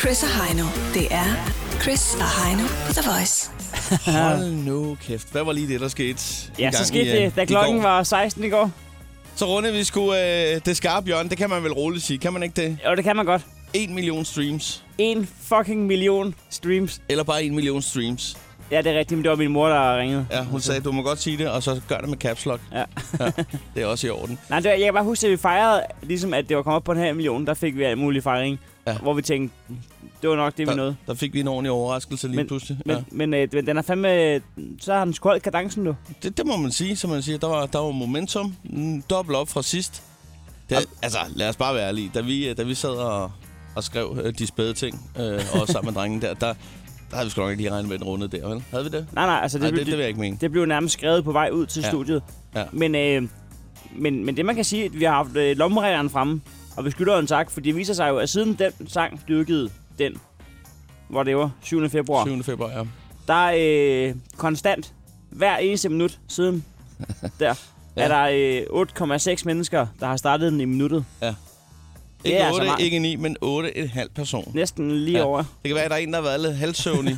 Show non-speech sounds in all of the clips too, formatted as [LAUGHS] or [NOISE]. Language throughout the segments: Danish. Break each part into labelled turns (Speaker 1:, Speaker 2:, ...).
Speaker 1: Chris og Heino. Det er Chris og Heino på The Voice.
Speaker 2: Hold nu kæft. Hvad var lige det, der skete?
Speaker 3: Ja,
Speaker 2: en
Speaker 3: så
Speaker 2: gang
Speaker 3: skete
Speaker 2: i, øh,
Speaker 3: det, da
Speaker 2: i
Speaker 3: klokken
Speaker 2: går?
Speaker 3: var 16 i går.
Speaker 2: Så runde vi sgu øh, det skarpe hjørne. Det kan man vel roligt sige. Kan man ikke det?
Speaker 3: Jo, det kan man godt.
Speaker 2: 1 million streams.
Speaker 3: En fucking million streams.
Speaker 2: Eller bare 1 million streams.
Speaker 3: Ja, det er rigtigt, men det var min mor, der ringede.
Speaker 2: Ja, hun sagde, du må godt sige det, og så gør det med caps lock.
Speaker 3: Ja.
Speaker 2: ja det er også i orden.
Speaker 3: Nej, det var, jeg kan bare huske, at vi fejrede, ligesom at det var kommet op på en halv million, der fik vi alt muligt fejring.
Speaker 2: Ja.
Speaker 3: Ja. Hvor vi tænkte, "Mm, det var nok det, vi
Speaker 2: Der,
Speaker 3: nåede.
Speaker 2: der fik vi en ordentlig overraskelse lige
Speaker 3: Men-
Speaker 2: pludselig.
Speaker 3: Men,
Speaker 2: ja.
Speaker 3: ja. men, øh, men den er fandme... øh, Så har den sgu holdt kadencen nu.
Speaker 2: det, det må man sige, som man siger. Der var, der var momentum. Mm, Dobbelt op fra sidst. Det, altså, lad os bare være ærlige. Da vi, øh, da vi sad og, og skrev øh, de spæde ting, øh, og sammen med drengen der, der, der havde vi sgu nok ikke lige regnet med en runde der, vel? Havde vi det?
Speaker 3: Nej, nej, altså det,
Speaker 2: Nej,
Speaker 3: blev,
Speaker 2: det, det vil jeg ikke mene.
Speaker 3: det blev nærmest skrevet på vej ud til
Speaker 2: Ja.
Speaker 3: ja. studiet.
Speaker 2: Ja.
Speaker 3: Men, øh, men, men det man kan sige, at vi har haft øh, lommereglerne fremme, og vi skylder en tak, for det viser sig jo, at siden den sang blev udgivet, den, hvor det var 7. februar, 7.
Speaker 2: 7. februar, ja.
Speaker 3: der er øh, konstant, hver eneste minut siden der,
Speaker 2: Ja.
Speaker 3: ja. er der øh, 8,6 mennesker, der har startet den i minuttet.
Speaker 2: Ikke
Speaker 3: er altså
Speaker 2: 8,
Speaker 3: meget.
Speaker 2: ikke 9, men 8,5 person.
Speaker 3: Næsten lige
Speaker 2: Ja.
Speaker 3: ja. over.
Speaker 2: Det kan være, at der er en, der har været lidt
Speaker 3: [LAUGHS]
Speaker 2: halvsøvnig.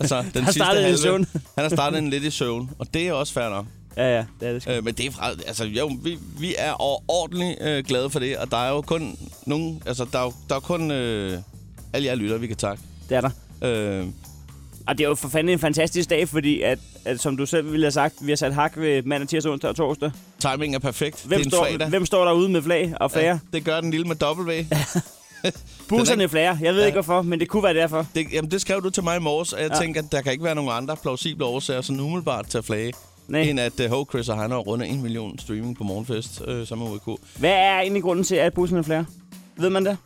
Speaker 2: altså, den
Speaker 3: har
Speaker 2: sidste
Speaker 3: startet i
Speaker 2: halve.
Speaker 3: søvn.
Speaker 2: Han har startet en lidt i søvn, og det er også fair nok.
Speaker 3: Ja, ja, det er det. sgu.
Speaker 2: Øh, men det er fra, altså, jo, vi, vi er ordentligt øh, glade for det, og der er jo kun nogen, altså, der er, jo- der er kun øh, alle jer lytter, vi kan takke.
Speaker 3: Det er der.
Speaker 2: Øh,
Speaker 3: Og det er jo for fanden en fantastisk dag, fordi at, at som du selv ville have sagt, vi har sat hak ved mandag, tirsdag, onsdag og torsdag.
Speaker 2: timing er perfekt.
Speaker 3: Hvem,
Speaker 2: det er en
Speaker 3: står,
Speaker 2: fredag.
Speaker 3: hvem står derude med flag og flager? Ja.
Speaker 2: ja, det gør den lille med W. Den er
Speaker 3: Busserne flager. Jeg
Speaker 2: Ja.
Speaker 3: ved ja. ikke hvorfor, men det kunne være derfor.
Speaker 2: Det, jamen, det skrev du til mig i morges, og jeg ja.
Speaker 3: Ja.
Speaker 2: tænker, at der kan ikke være nogen andre plausible årsager, sådan umiddelbart til at flage,
Speaker 3: Nej.
Speaker 2: end at uh, Ho, Chris og Heino har rundet 1 million streaming på Morgenfest øh, sammen med UK.
Speaker 3: Hvad er egentlig grunden til, at busserne flager? Ved man det?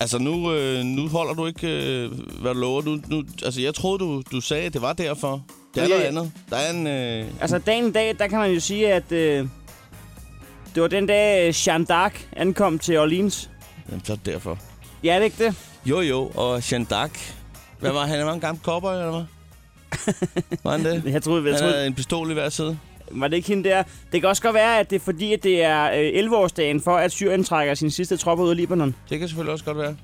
Speaker 2: Altså, nu, øh, nu holder du ikke, øh, hvad du lover. Nu, nu, altså, jeg troede, du, du sagde, at det var derfor. Det er
Speaker 3: Ja,
Speaker 2: noget
Speaker 3: ja.
Speaker 2: andet. Der er en... Øh,
Speaker 3: Altså, dagen i dag, der kan man jo sige, at øh, det var den dag, øh, Jeanne d'Arc ankom til Orleans.
Speaker 2: jamen, så er det derfor.
Speaker 3: Ja, er det ikke det?
Speaker 2: Jo, jo, og Jean d'Arc. Hvad var han? Han var en gammel cowboy, eller [LAUGHS] hvad? Var han det?
Speaker 3: Jeg troede, jeg
Speaker 2: Han havde
Speaker 3: troede,
Speaker 2: en pistol i hver side.
Speaker 3: var det ikke hende der? Det kan også godt være, at det er fordi, at det er øh, 11-årsdagen for, at Syrien trækker sin sidste tropper ud af Libanon.
Speaker 2: Det kan selvfølgelig også godt være.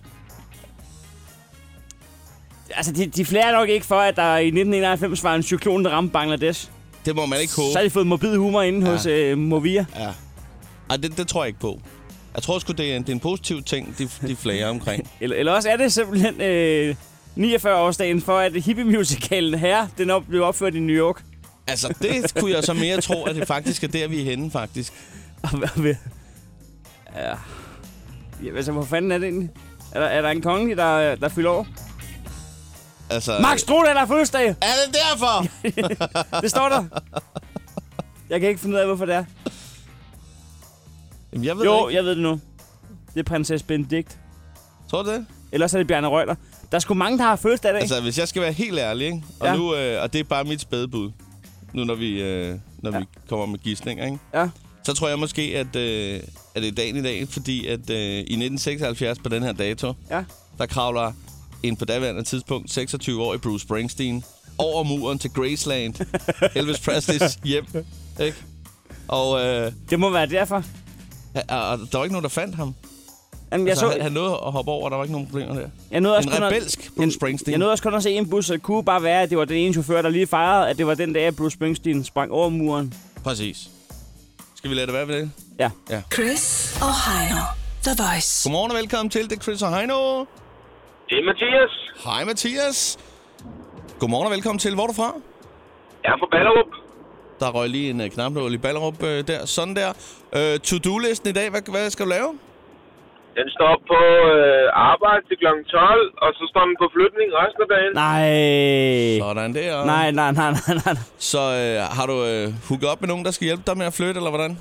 Speaker 3: Altså, de, de flager nok ikke for, at der i 1991 var en cyklon, der ramte Bangladesh.
Speaker 2: Det må man ikke håbe.
Speaker 3: Så har de fået morbid humor inde
Speaker 2: Ja.
Speaker 3: ja. hos øh, Movia.
Speaker 2: Ja. Ej, det, det tror jeg ikke på. Jeg tror sgu, det er en, det er en positiv ting, de, de flager [LAUGHS] omkring.
Speaker 3: Eller, eller også er det simpelthen øh, 49-årsdagen for, at hippie-musicalen her, den op, blev opført i New York.
Speaker 2: Altså, det kunne jeg så mere tro, at det faktisk er der, vi er henne, faktisk.
Speaker 3: Og hvad ved... Ja. Jamen, altså, hvor fanden er det egentlig? Er der, er der en kongelig, der, der fylder over?
Speaker 2: Altså,
Speaker 3: Max Strode, der er fødselsdag!
Speaker 2: Er det derfor?
Speaker 3: Det står der. Jeg kan ikke finde ud af, hvorfor det er.
Speaker 2: Jamen, jeg ved jo,
Speaker 3: Jo,
Speaker 2: ikke.
Speaker 3: jeg ved det nu. Det er prinsesse Benedikt.
Speaker 2: Tror du det?
Speaker 3: Ellers er det Bjarne Røgler. Der er sgu mange, der har fødselsdag i dag.
Speaker 2: Altså, hvis jeg skal være helt ærlig, ikke? Og, ja.
Speaker 3: Ja.
Speaker 2: nu, øh, og det er bare mit spædebud, nu når vi, øh, når ja. vi kommer med gidsninger, ikke?
Speaker 3: Ja.
Speaker 2: så tror jeg måske, at, øh, at det er dagen i dag, fordi at øh, i 1976 på den her dato,
Speaker 3: Ja.
Speaker 2: der kravler en på daværende tidspunkt 26-årig Bruce Springsteen over muren til
Speaker 3: [LAUGHS]
Speaker 2: Graceland, Elvis Presleys hjem. Ikke? Og, øh,
Speaker 3: Det må være derfor.
Speaker 2: og, og der var ikke nogen, der fandt ham.
Speaker 3: Jamen, jeg,
Speaker 2: Altså,
Speaker 3: så,
Speaker 2: han, han nåede at hoppe over, og der var ikke nogen problemer der.
Speaker 3: jeg nåede også
Speaker 2: En
Speaker 3: kun at-
Speaker 2: rebelsk Bruce Springsteen.
Speaker 3: Jeg nåede også kun at se en bus, så det kunne bare være, at det var den ene chauffør, der lige fejrede, at det var den dag, at Bruce Springsteen sprang over muren.
Speaker 2: Præcis. Skal vi lade det være ved det?
Speaker 3: Ja.
Speaker 1: Chris og Heino. The Voice.
Speaker 2: Godmorgen og velkommen til. Det er Chris og Heino.
Speaker 4: Det er Mathias.
Speaker 2: Hej Mathias. Godmorgen og velkommen til. Hvor er du fra?
Speaker 4: Jeg er fra Ballerup.
Speaker 2: Der røg lige en uh, knapnål i Ballerup uh, der. Sådan der. Uh, To-do-listen i dag. Hvad, hvad skal du lave?
Speaker 4: Den står op på øh, arbejde til kl. 12, og så står den på flytning resten af dagen.
Speaker 3: Nej.
Speaker 2: Sådan der.
Speaker 3: Nej, nej, nej, nej, nej.
Speaker 2: Så uh, har du uh, hooket op med nogen, der skal hjælpe dig med at flytte, eller hvordan?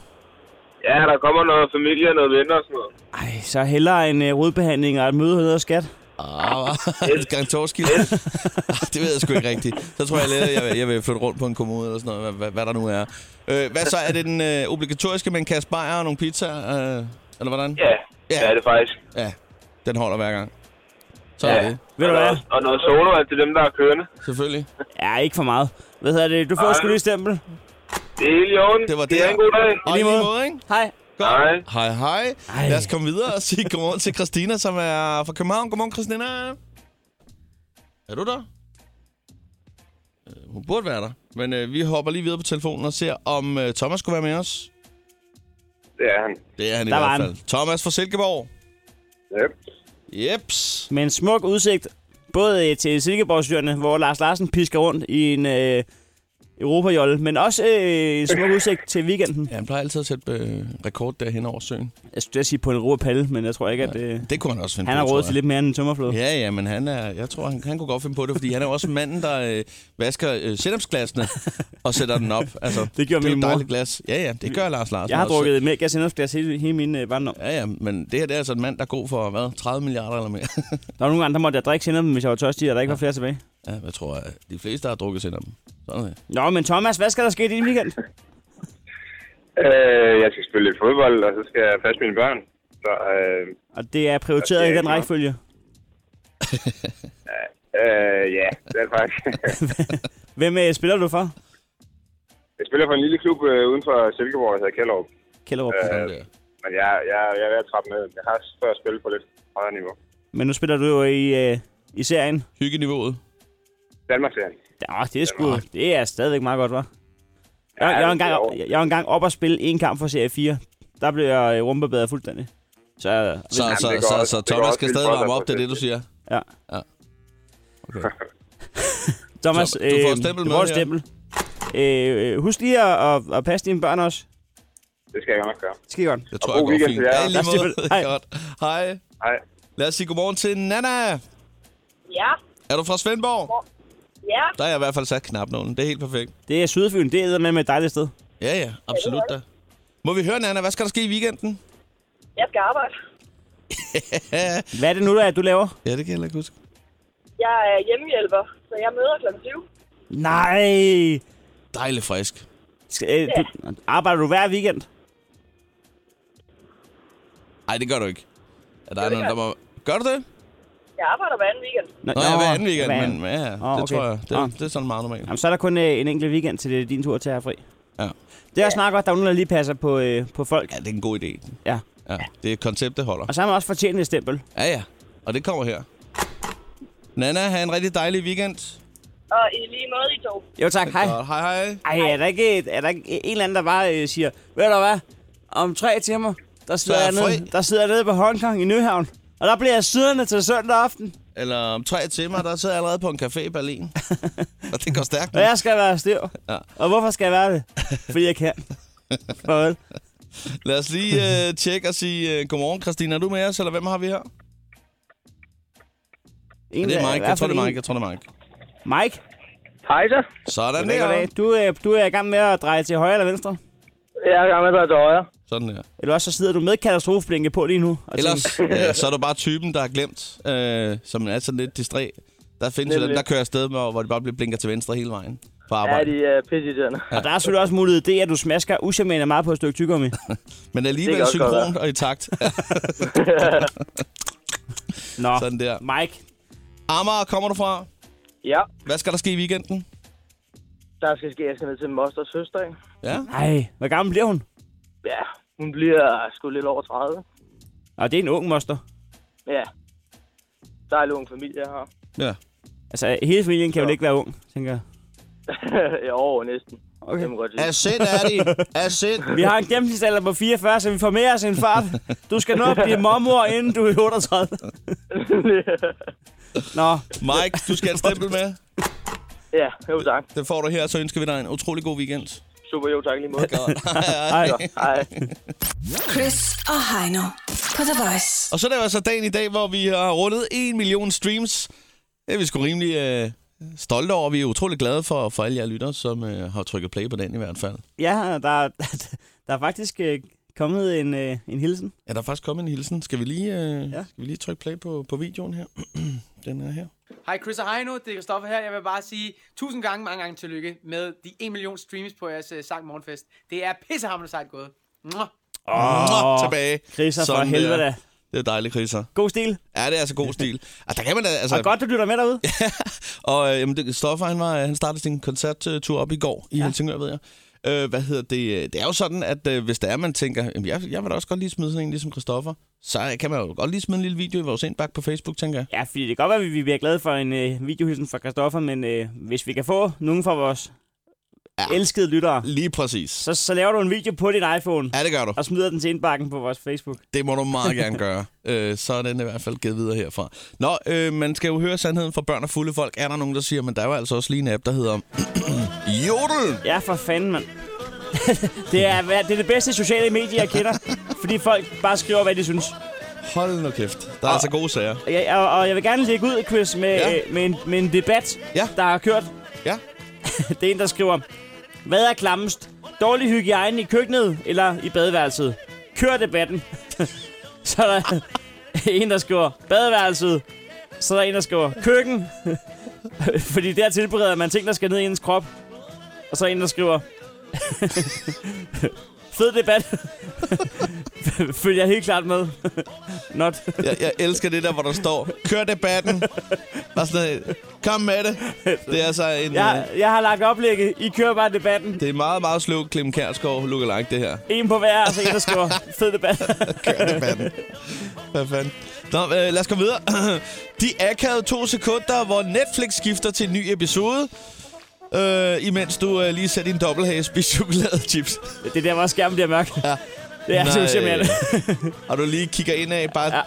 Speaker 4: Ja, der kommer noget familie og noget venner og sådan noget.
Speaker 3: Ej, så hellere en øh, rodbehandling og et møde hos skat.
Speaker 2: Ah, [LAUGHS] Gantorskild. Ah, det ved jeg sgu ikke rigtigt. Så tror jeg lidt, at jeg vil, jeg vil flytte rundt på en kommode eller sådan noget, hvad, hvad, hvad der nu er. Øh, hvad så? Er det den øh, obligatoriske med en kasse bajer og nogle pizzaer? Øh, eller hvordan?
Speaker 4: Ja,
Speaker 2: Ja.
Speaker 4: ja. det er det faktisk.
Speaker 2: Ja, den holder hver gang. Så
Speaker 4: Ja.
Speaker 2: er det,
Speaker 3: Ved du
Speaker 4: og,
Speaker 3: hvad?
Speaker 4: noget, og noget sodavand til dem, der er kørende.
Speaker 2: selvfølgelig.
Speaker 3: Ja, ikke for meget. Hvad hedder det? Du får
Speaker 4: Ej.
Speaker 3: sgu lige et stempel.
Speaker 4: Det er hele i orden.
Speaker 2: Det var
Speaker 4: Det er
Speaker 2: det.
Speaker 4: en god dag.
Speaker 2: Og i lige måde, ikke?
Speaker 3: Hej.
Speaker 2: Godt.
Speaker 4: Hej.
Speaker 2: Hej, hej.
Speaker 3: Ej.
Speaker 2: Lad os komme videre og sige godmorgen til Christina, som er fra København. Godmorgen, Christina. Er du der? Øh, Hun burde være der. Men øh, vi hopper lige videre på telefonen og ser, om øh, Thomas skulle være med os.
Speaker 4: Det er han.
Speaker 2: Det er han i
Speaker 3: Der var
Speaker 2: hvert
Speaker 3: han.
Speaker 2: fald. Thomas fra Silkeborg.
Speaker 4: Yep.
Speaker 2: Jeps.
Speaker 3: Med en smuk udsigt, både øh, til Silkeborgsøerne, hvor Lars Larsen pisker rundt i en øh, Europajolle, men også øh, en smuk udsigt til weekenden.
Speaker 2: Ja, han plejer altid at sætte øh, rekord derhen over søen.
Speaker 3: Jeg skulle til at sige på en ropalle, men jeg tror ikke, at øh,
Speaker 2: Det kunne han også finde
Speaker 3: han har
Speaker 2: på, tror
Speaker 3: råd
Speaker 2: jeg.
Speaker 3: til lidt mere end en tømmerflod.
Speaker 2: Ja, ja, men han er, jeg tror, han, han kunne godt finde på det, fordi han er jo også manden, der øh, vasker øh, sennepsglasene og sætter den op. Altså,
Speaker 3: Det gjorde
Speaker 2: det er
Speaker 3: min
Speaker 2: jo et
Speaker 3: mor.
Speaker 2: dejligt glas. Ja, ja, det gør Lars Larsen
Speaker 3: Jeg har
Speaker 2: også.
Speaker 3: drukket mælk af sennepsglas hele, hele min øh, barndom.
Speaker 2: Ja, ja, men det her det er altså en mand, der er god for, hvad, 30 milliarder eller mere. [LAUGHS]
Speaker 3: Der var nogle gange, der måtte jeg drikke sennepen, hvis jeg var tørstig, og der ikke var flere tilbage.
Speaker 2: ja, jeg tror, at de fleste har drukket sig dem. Sådan er det.
Speaker 3: Nå, men Thomas, hvad skal der ske i din weekend?
Speaker 4: Øh, jeg skal spille lidt fodbold, og så skal jeg passe mine børn. Så, øh,
Speaker 3: Og det er prioriteret
Speaker 4: Ja,
Speaker 3: i
Speaker 4: det er
Speaker 3: den
Speaker 4: klart.
Speaker 3: rækkefølge. [LAUGHS]
Speaker 4: øh, ja, det er det
Speaker 2: [LAUGHS]
Speaker 4: faktisk.
Speaker 3: Hvem øh, spiller du for?
Speaker 4: jeg spiller for en lille klub øh, uden for Silkeborg, der hedder Kjellerup.
Speaker 3: Kjellerup.
Speaker 2: Sådan der.
Speaker 4: Men jeg, jeg, jeg er ved at trappe ned. Jeg har før spillet på lidt højere niveau.
Speaker 3: Men nu spiller du jo i, øh, i serien.
Speaker 2: Hyggeniveauet.
Speaker 4: Danmark serien.
Speaker 3: Ja, det er sgu, det er stadigvæk meget godt, var. Jeg, jeg, var engang, jeg, jeg var engang op og spille en kamp for serie 4. Der blev jeg øh, rumpebæret fuldstændig. Så øh,
Speaker 2: Så,
Speaker 4: Jamen,
Speaker 2: så,
Speaker 4: det går
Speaker 2: så,
Speaker 4: også-
Speaker 2: så,
Speaker 4: det går
Speaker 2: Thomas
Speaker 4: også
Speaker 2: skal
Speaker 4: vildt
Speaker 2: stadig
Speaker 4: godt,
Speaker 2: varme
Speaker 4: at
Speaker 2: op, det er det, du siger.
Speaker 3: ja.
Speaker 2: Ja. Okay.
Speaker 3: Thomas,
Speaker 2: Så- du
Speaker 3: øh,
Speaker 2: får et stempel
Speaker 3: du får
Speaker 2: med
Speaker 3: et
Speaker 2: her.
Speaker 3: stempel. Øh, øh, husk lige at, at, at passe dine børn også.
Speaker 4: Det skal jeg godt nok gøre.
Speaker 3: Det skal I godt.
Speaker 2: Jeg tror,
Speaker 4: god
Speaker 2: jeg går
Speaker 4: weekend
Speaker 2: fint.
Speaker 4: til jer.
Speaker 2: Ja, i lige
Speaker 3: Tak skal
Speaker 2: måde.
Speaker 3: du have. Hej.
Speaker 2: Godt. Hej.
Speaker 4: Hej.
Speaker 2: Lad os sige godmorgen til Nana.
Speaker 5: Ja,
Speaker 2: Er du fra Svendborg?
Speaker 5: ja,
Speaker 2: Der er jeg i hvert fald sat knapnålen. Det er helt perfekt.
Speaker 3: Det er Sydfyn. Det er med et dejligt sted.
Speaker 2: Ja, ja, absolut da. Må vi høre, Nana, hvad skal der ske i weekenden?
Speaker 5: jeg skal arbejde.
Speaker 3: Hvad er det nu, der er, du laver?
Speaker 2: Ja, det kan jeg heller ikke huske.
Speaker 5: Jeg er hjemmehjælper, så jeg møder kl. 7.
Speaker 3: Nej!
Speaker 2: Dejligt frisk.
Speaker 3: Skal, øh, du, arbejder du hver weekend?
Speaker 2: Nej, det gør du ikke. Ja, der er nogen, der må... Gør du det?
Speaker 5: Jeg arbejder hver anden weekend.
Speaker 2: Nå, ja, hver anden weekend,
Speaker 3: hver
Speaker 2: men
Speaker 3: anden.
Speaker 2: ja, ja, det
Speaker 3: Åh, okay.
Speaker 2: tror jeg. Det,
Speaker 3: Nå.
Speaker 2: det er sådan meget normalt.
Speaker 3: Jamen, så er der kun øh, en enkelt weekend til det, er din tur til at have fri.
Speaker 2: Ja.
Speaker 3: Det er også meget godt, der er nogen, der lige passer på, øh, på folk.
Speaker 2: Ja, det er en god idé.
Speaker 3: Ja.
Speaker 2: Ja, det er et koncept, det holder.
Speaker 3: Og så har man også fortjent et stempel.
Speaker 2: Ja, ja. Og det kommer her. Nana, have en rigtig dejlig weekend.
Speaker 5: Og i lige måde i to.
Speaker 3: Jo tak, hej.
Speaker 2: Godt. Hej, hej.
Speaker 3: Ej, er der ikke, et- er der ikke en eller anden, der bare øh, siger, ved du hvad, om tre timer, der sidder,
Speaker 2: er
Speaker 3: jeg
Speaker 2: jeg
Speaker 3: nede,
Speaker 2: fri."
Speaker 3: der sidder jeg nede på Hongkong i Nyhavn, og der bliver jeg siddende til søndag aften,
Speaker 2: Eller om tre timer, der sidder jeg allerede på en café i Berlin. Og det går stærkt.
Speaker 3: og jeg skal være stiv.
Speaker 2: Ja.
Speaker 3: Ja. Og hvorfor skal jeg være det? Fordi jeg
Speaker 2: [LAUGHS]
Speaker 3: kan. Farvel.
Speaker 2: Lad os lige øh, tjekke og sige øh, godmorgen, Christina. Er du med os, eller hvem har vi her? Ja,
Speaker 3: En,
Speaker 2: det er
Speaker 3: i
Speaker 2: Mike.
Speaker 3: hvert
Speaker 2: Jeg tror, det
Speaker 3: fald
Speaker 2: er Mike. Jeg tror, det er Mike.
Speaker 3: en. Mike,
Speaker 6: Hej så.
Speaker 2: Sådan der.
Speaker 3: goddag. du, øh, du er i gang med at dreje til højre eller venstre.
Speaker 6: Jeg er gammel dig til højre.
Speaker 2: Sådan der.
Speaker 3: Eller også så sidder du med katastrofeblinke på lige nu. Og [LAUGHS] tænker,
Speaker 2: Ellers, ja, så er du bare typen, der er glemt, øh, som er sådan lidt distræ. Der findes jo dem, der kører afsted, med, hvor de bare bliver blinker til venstre hele vejen på
Speaker 6: Ja,
Speaker 2: arbejde.
Speaker 6: de øh, er pisseirriterende.
Speaker 3: Og der er selvfølgelig også mulighed det, at du smasker usjermænd meget på et stykke tyggegummi.
Speaker 2: Men
Speaker 6: Det
Speaker 2: alligevel
Speaker 6: kan også godt
Speaker 2: synkront og i takt. Ja,
Speaker 3: Nå,
Speaker 2: Ah. sådan der.
Speaker 3: Mike,
Speaker 2: Amager, kommer du fra?
Speaker 6: Ja,
Speaker 2: Hvad skal der ske i weekenden?
Speaker 6: der skal ske, jeg skal ned til mosters søster. ikke?
Speaker 2: Ja,
Speaker 3: nej, hvor gammel bliver hun?
Speaker 6: Ja, hun bliver sgu lidt over 30.
Speaker 3: Og det er en ung moster.
Speaker 6: Ja, dejlig ung familie jeg har.
Speaker 2: ja.
Speaker 3: Altså, hele familien kan jo ikke være ung, tænker jeg.
Speaker 6: [LAUGHS] ja, over næsten.
Speaker 3: Okay.
Speaker 6: Det må jeg godt sige.
Speaker 2: Asind er de. Asind.
Speaker 3: Vi har en gennemsnitsalder på 44, så vi får med os en fart. Du skal nå at blive mormor, inden du er 38. Nå,
Speaker 2: Mike, du skal have et stempel med.
Speaker 6: [LAUGHS] ja, jo tak.
Speaker 2: Det får du her, så ønsker vi dig en utrolig god weekend.
Speaker 6: Super, jo tak lige måde.
Speaker 3: ej.
Speaker 6: [LAUGHS] Hej.
Speaker 1: Chris og Heino på The Voice.
Speaker 2: Og så er der jo altså dagen i dag, hvor vi har rundet 1 million streams. Det er vi sgu rimelig øh, stolte over. Vi er utrolig glade for, for alle jer lyttere, som øh, har trykket play på den i hvert fald.
Speaker 3: Ja, der, [LAUGHS] der er faktisk øh, kommet en, øh, en hilsen.
Speaker 2: Ja, der er faktisk kommet en hilsen. Skal vi lige, øh, ja.
Speaker 3: Ja.
Speaker 2: skal vi lige trykke play på, på videoen her? [CLEARS THROAT] den er her.
Speaker 7: Hej Chris og Heino, det er Kristoffer her. Jeg vil bare sige tusind gange, mange gange tillykke med de 1 million streams på jeres uh, sang morgenfest. Det er pissehammerende sejt gået. Mwah.
Speaker 2: Nå, tilbage.
Speaker 3: Chriser, for
Speaker 2: Sådan der.
Speaker 3: helvede da.
Speaker 2: Det er dejligt, Chriser.
Speaker 3: God stil.
Speaker 2: Ja, det er altså [LAUGHS] god stil. Altså, der kan man da, altså,
Speaker 3: Og godt, du lytter med derude.
Speaker 2: øh, Og øh, jamen, det- Stoffer, han, var, han startede sin koncerttur op i går i ja. Helsingør, ved jeg. Øh, hvad hedder det? Det er jo sådan, at øh, hvis der er, man tænker, "Jamen, jeg, jeg vil da også godt lige smide sådan en ligesom Christoffer, så kan man jo godt lige smide en lille video i vores indbakke på Facebook, tænker jeg.
Speaker 3: Ja, fordi det kan godt være, at vi bliver glade for en øh, videohilsen fra Christoffer, men øh, hvis vi kan få nogen fra vores ja. elskede lyttere,
Speaker 2: Lige præcis.
Speaker 3: så, så laver du en video på din iPhone
Speaker 2: Ja, det gør du.
Speaker 3: og smider den til indbakken på vores Facebook.
Speaker 2: Det må du meget gerne gøre. Øh, så er den i hvert fald givet videre herfra. Nå, øh, man skal jo høre sandheden fra børn og fulde folk. Er der nogen, der siger, men der er jo altså også lige en app, der hedder [CLEARS THROAT] Jodel.
Speaker 3: Ja, for fanden, mand. [LAUGHS] det, er, hvad- det er det bedste sociale medie, jeg kender, fordi folk bare skriver, hvad de synes.
Speaker 2: Hold nu kæft. Der er altså gode sager.
Speaker 3: Og jeg, og, og jeg vil gerne lægge ud, Chris, med,
Speaker 2: Ja.
Speaker 3: ja. øh, med, en, med en debat,
Speaker 2: Ja.
Speaker 3: der har kørt.
Speaker 2: Ja.
Speaker 3: [LAUGHS] det er en, der skriver, hvad er klammest? Dårlig hygiejne i køkkenet eller i badeværelset? Kør debatten. [LAUGHS] så er der [LAUGHS] en, der skriver, badeværelset. Så er der en, der skriver, køkken. [LAUGHS] Fordi der tilbereder man ting, der skal ned i ens krop. Og så er der en, der skriver, [LAUGHS] fed debat. [LAUGHS] Følger jeg helt klart med. [LAUGHS] Not.
Speaker 2: Jeg, jeg elsker det der, hvor der står, kør debatten. Bare sådan, noget, kom med det. Det er altså en...
Speaker 3: Jeg,
Speaker 2: øh,
Speaker 3: jeg har lagt oplægget. I kører bare debatten.
Speaker 2: Det er meget, meget sløv Clem Kjærsgaard look like det her.
Speaker 3: En på hver, og så en, der skriver fed debat.
Speaker 2: Kør debatten. Hvad fanden? Nå, øh, lad os gå videre. De akavede to sekunder, hvor Netflix skifter til en ny episode. Øh, imens du øh, lige sætter din dobbelthage og spiser chokoladechips.
Speaker 3: det er der, hvor skærmen bliver mørk. Ja. Det er
Speaker 2: Nej.
Speaker 3: så simpelthen.
Speaker 2: Og du lige kigger ind af bare ja.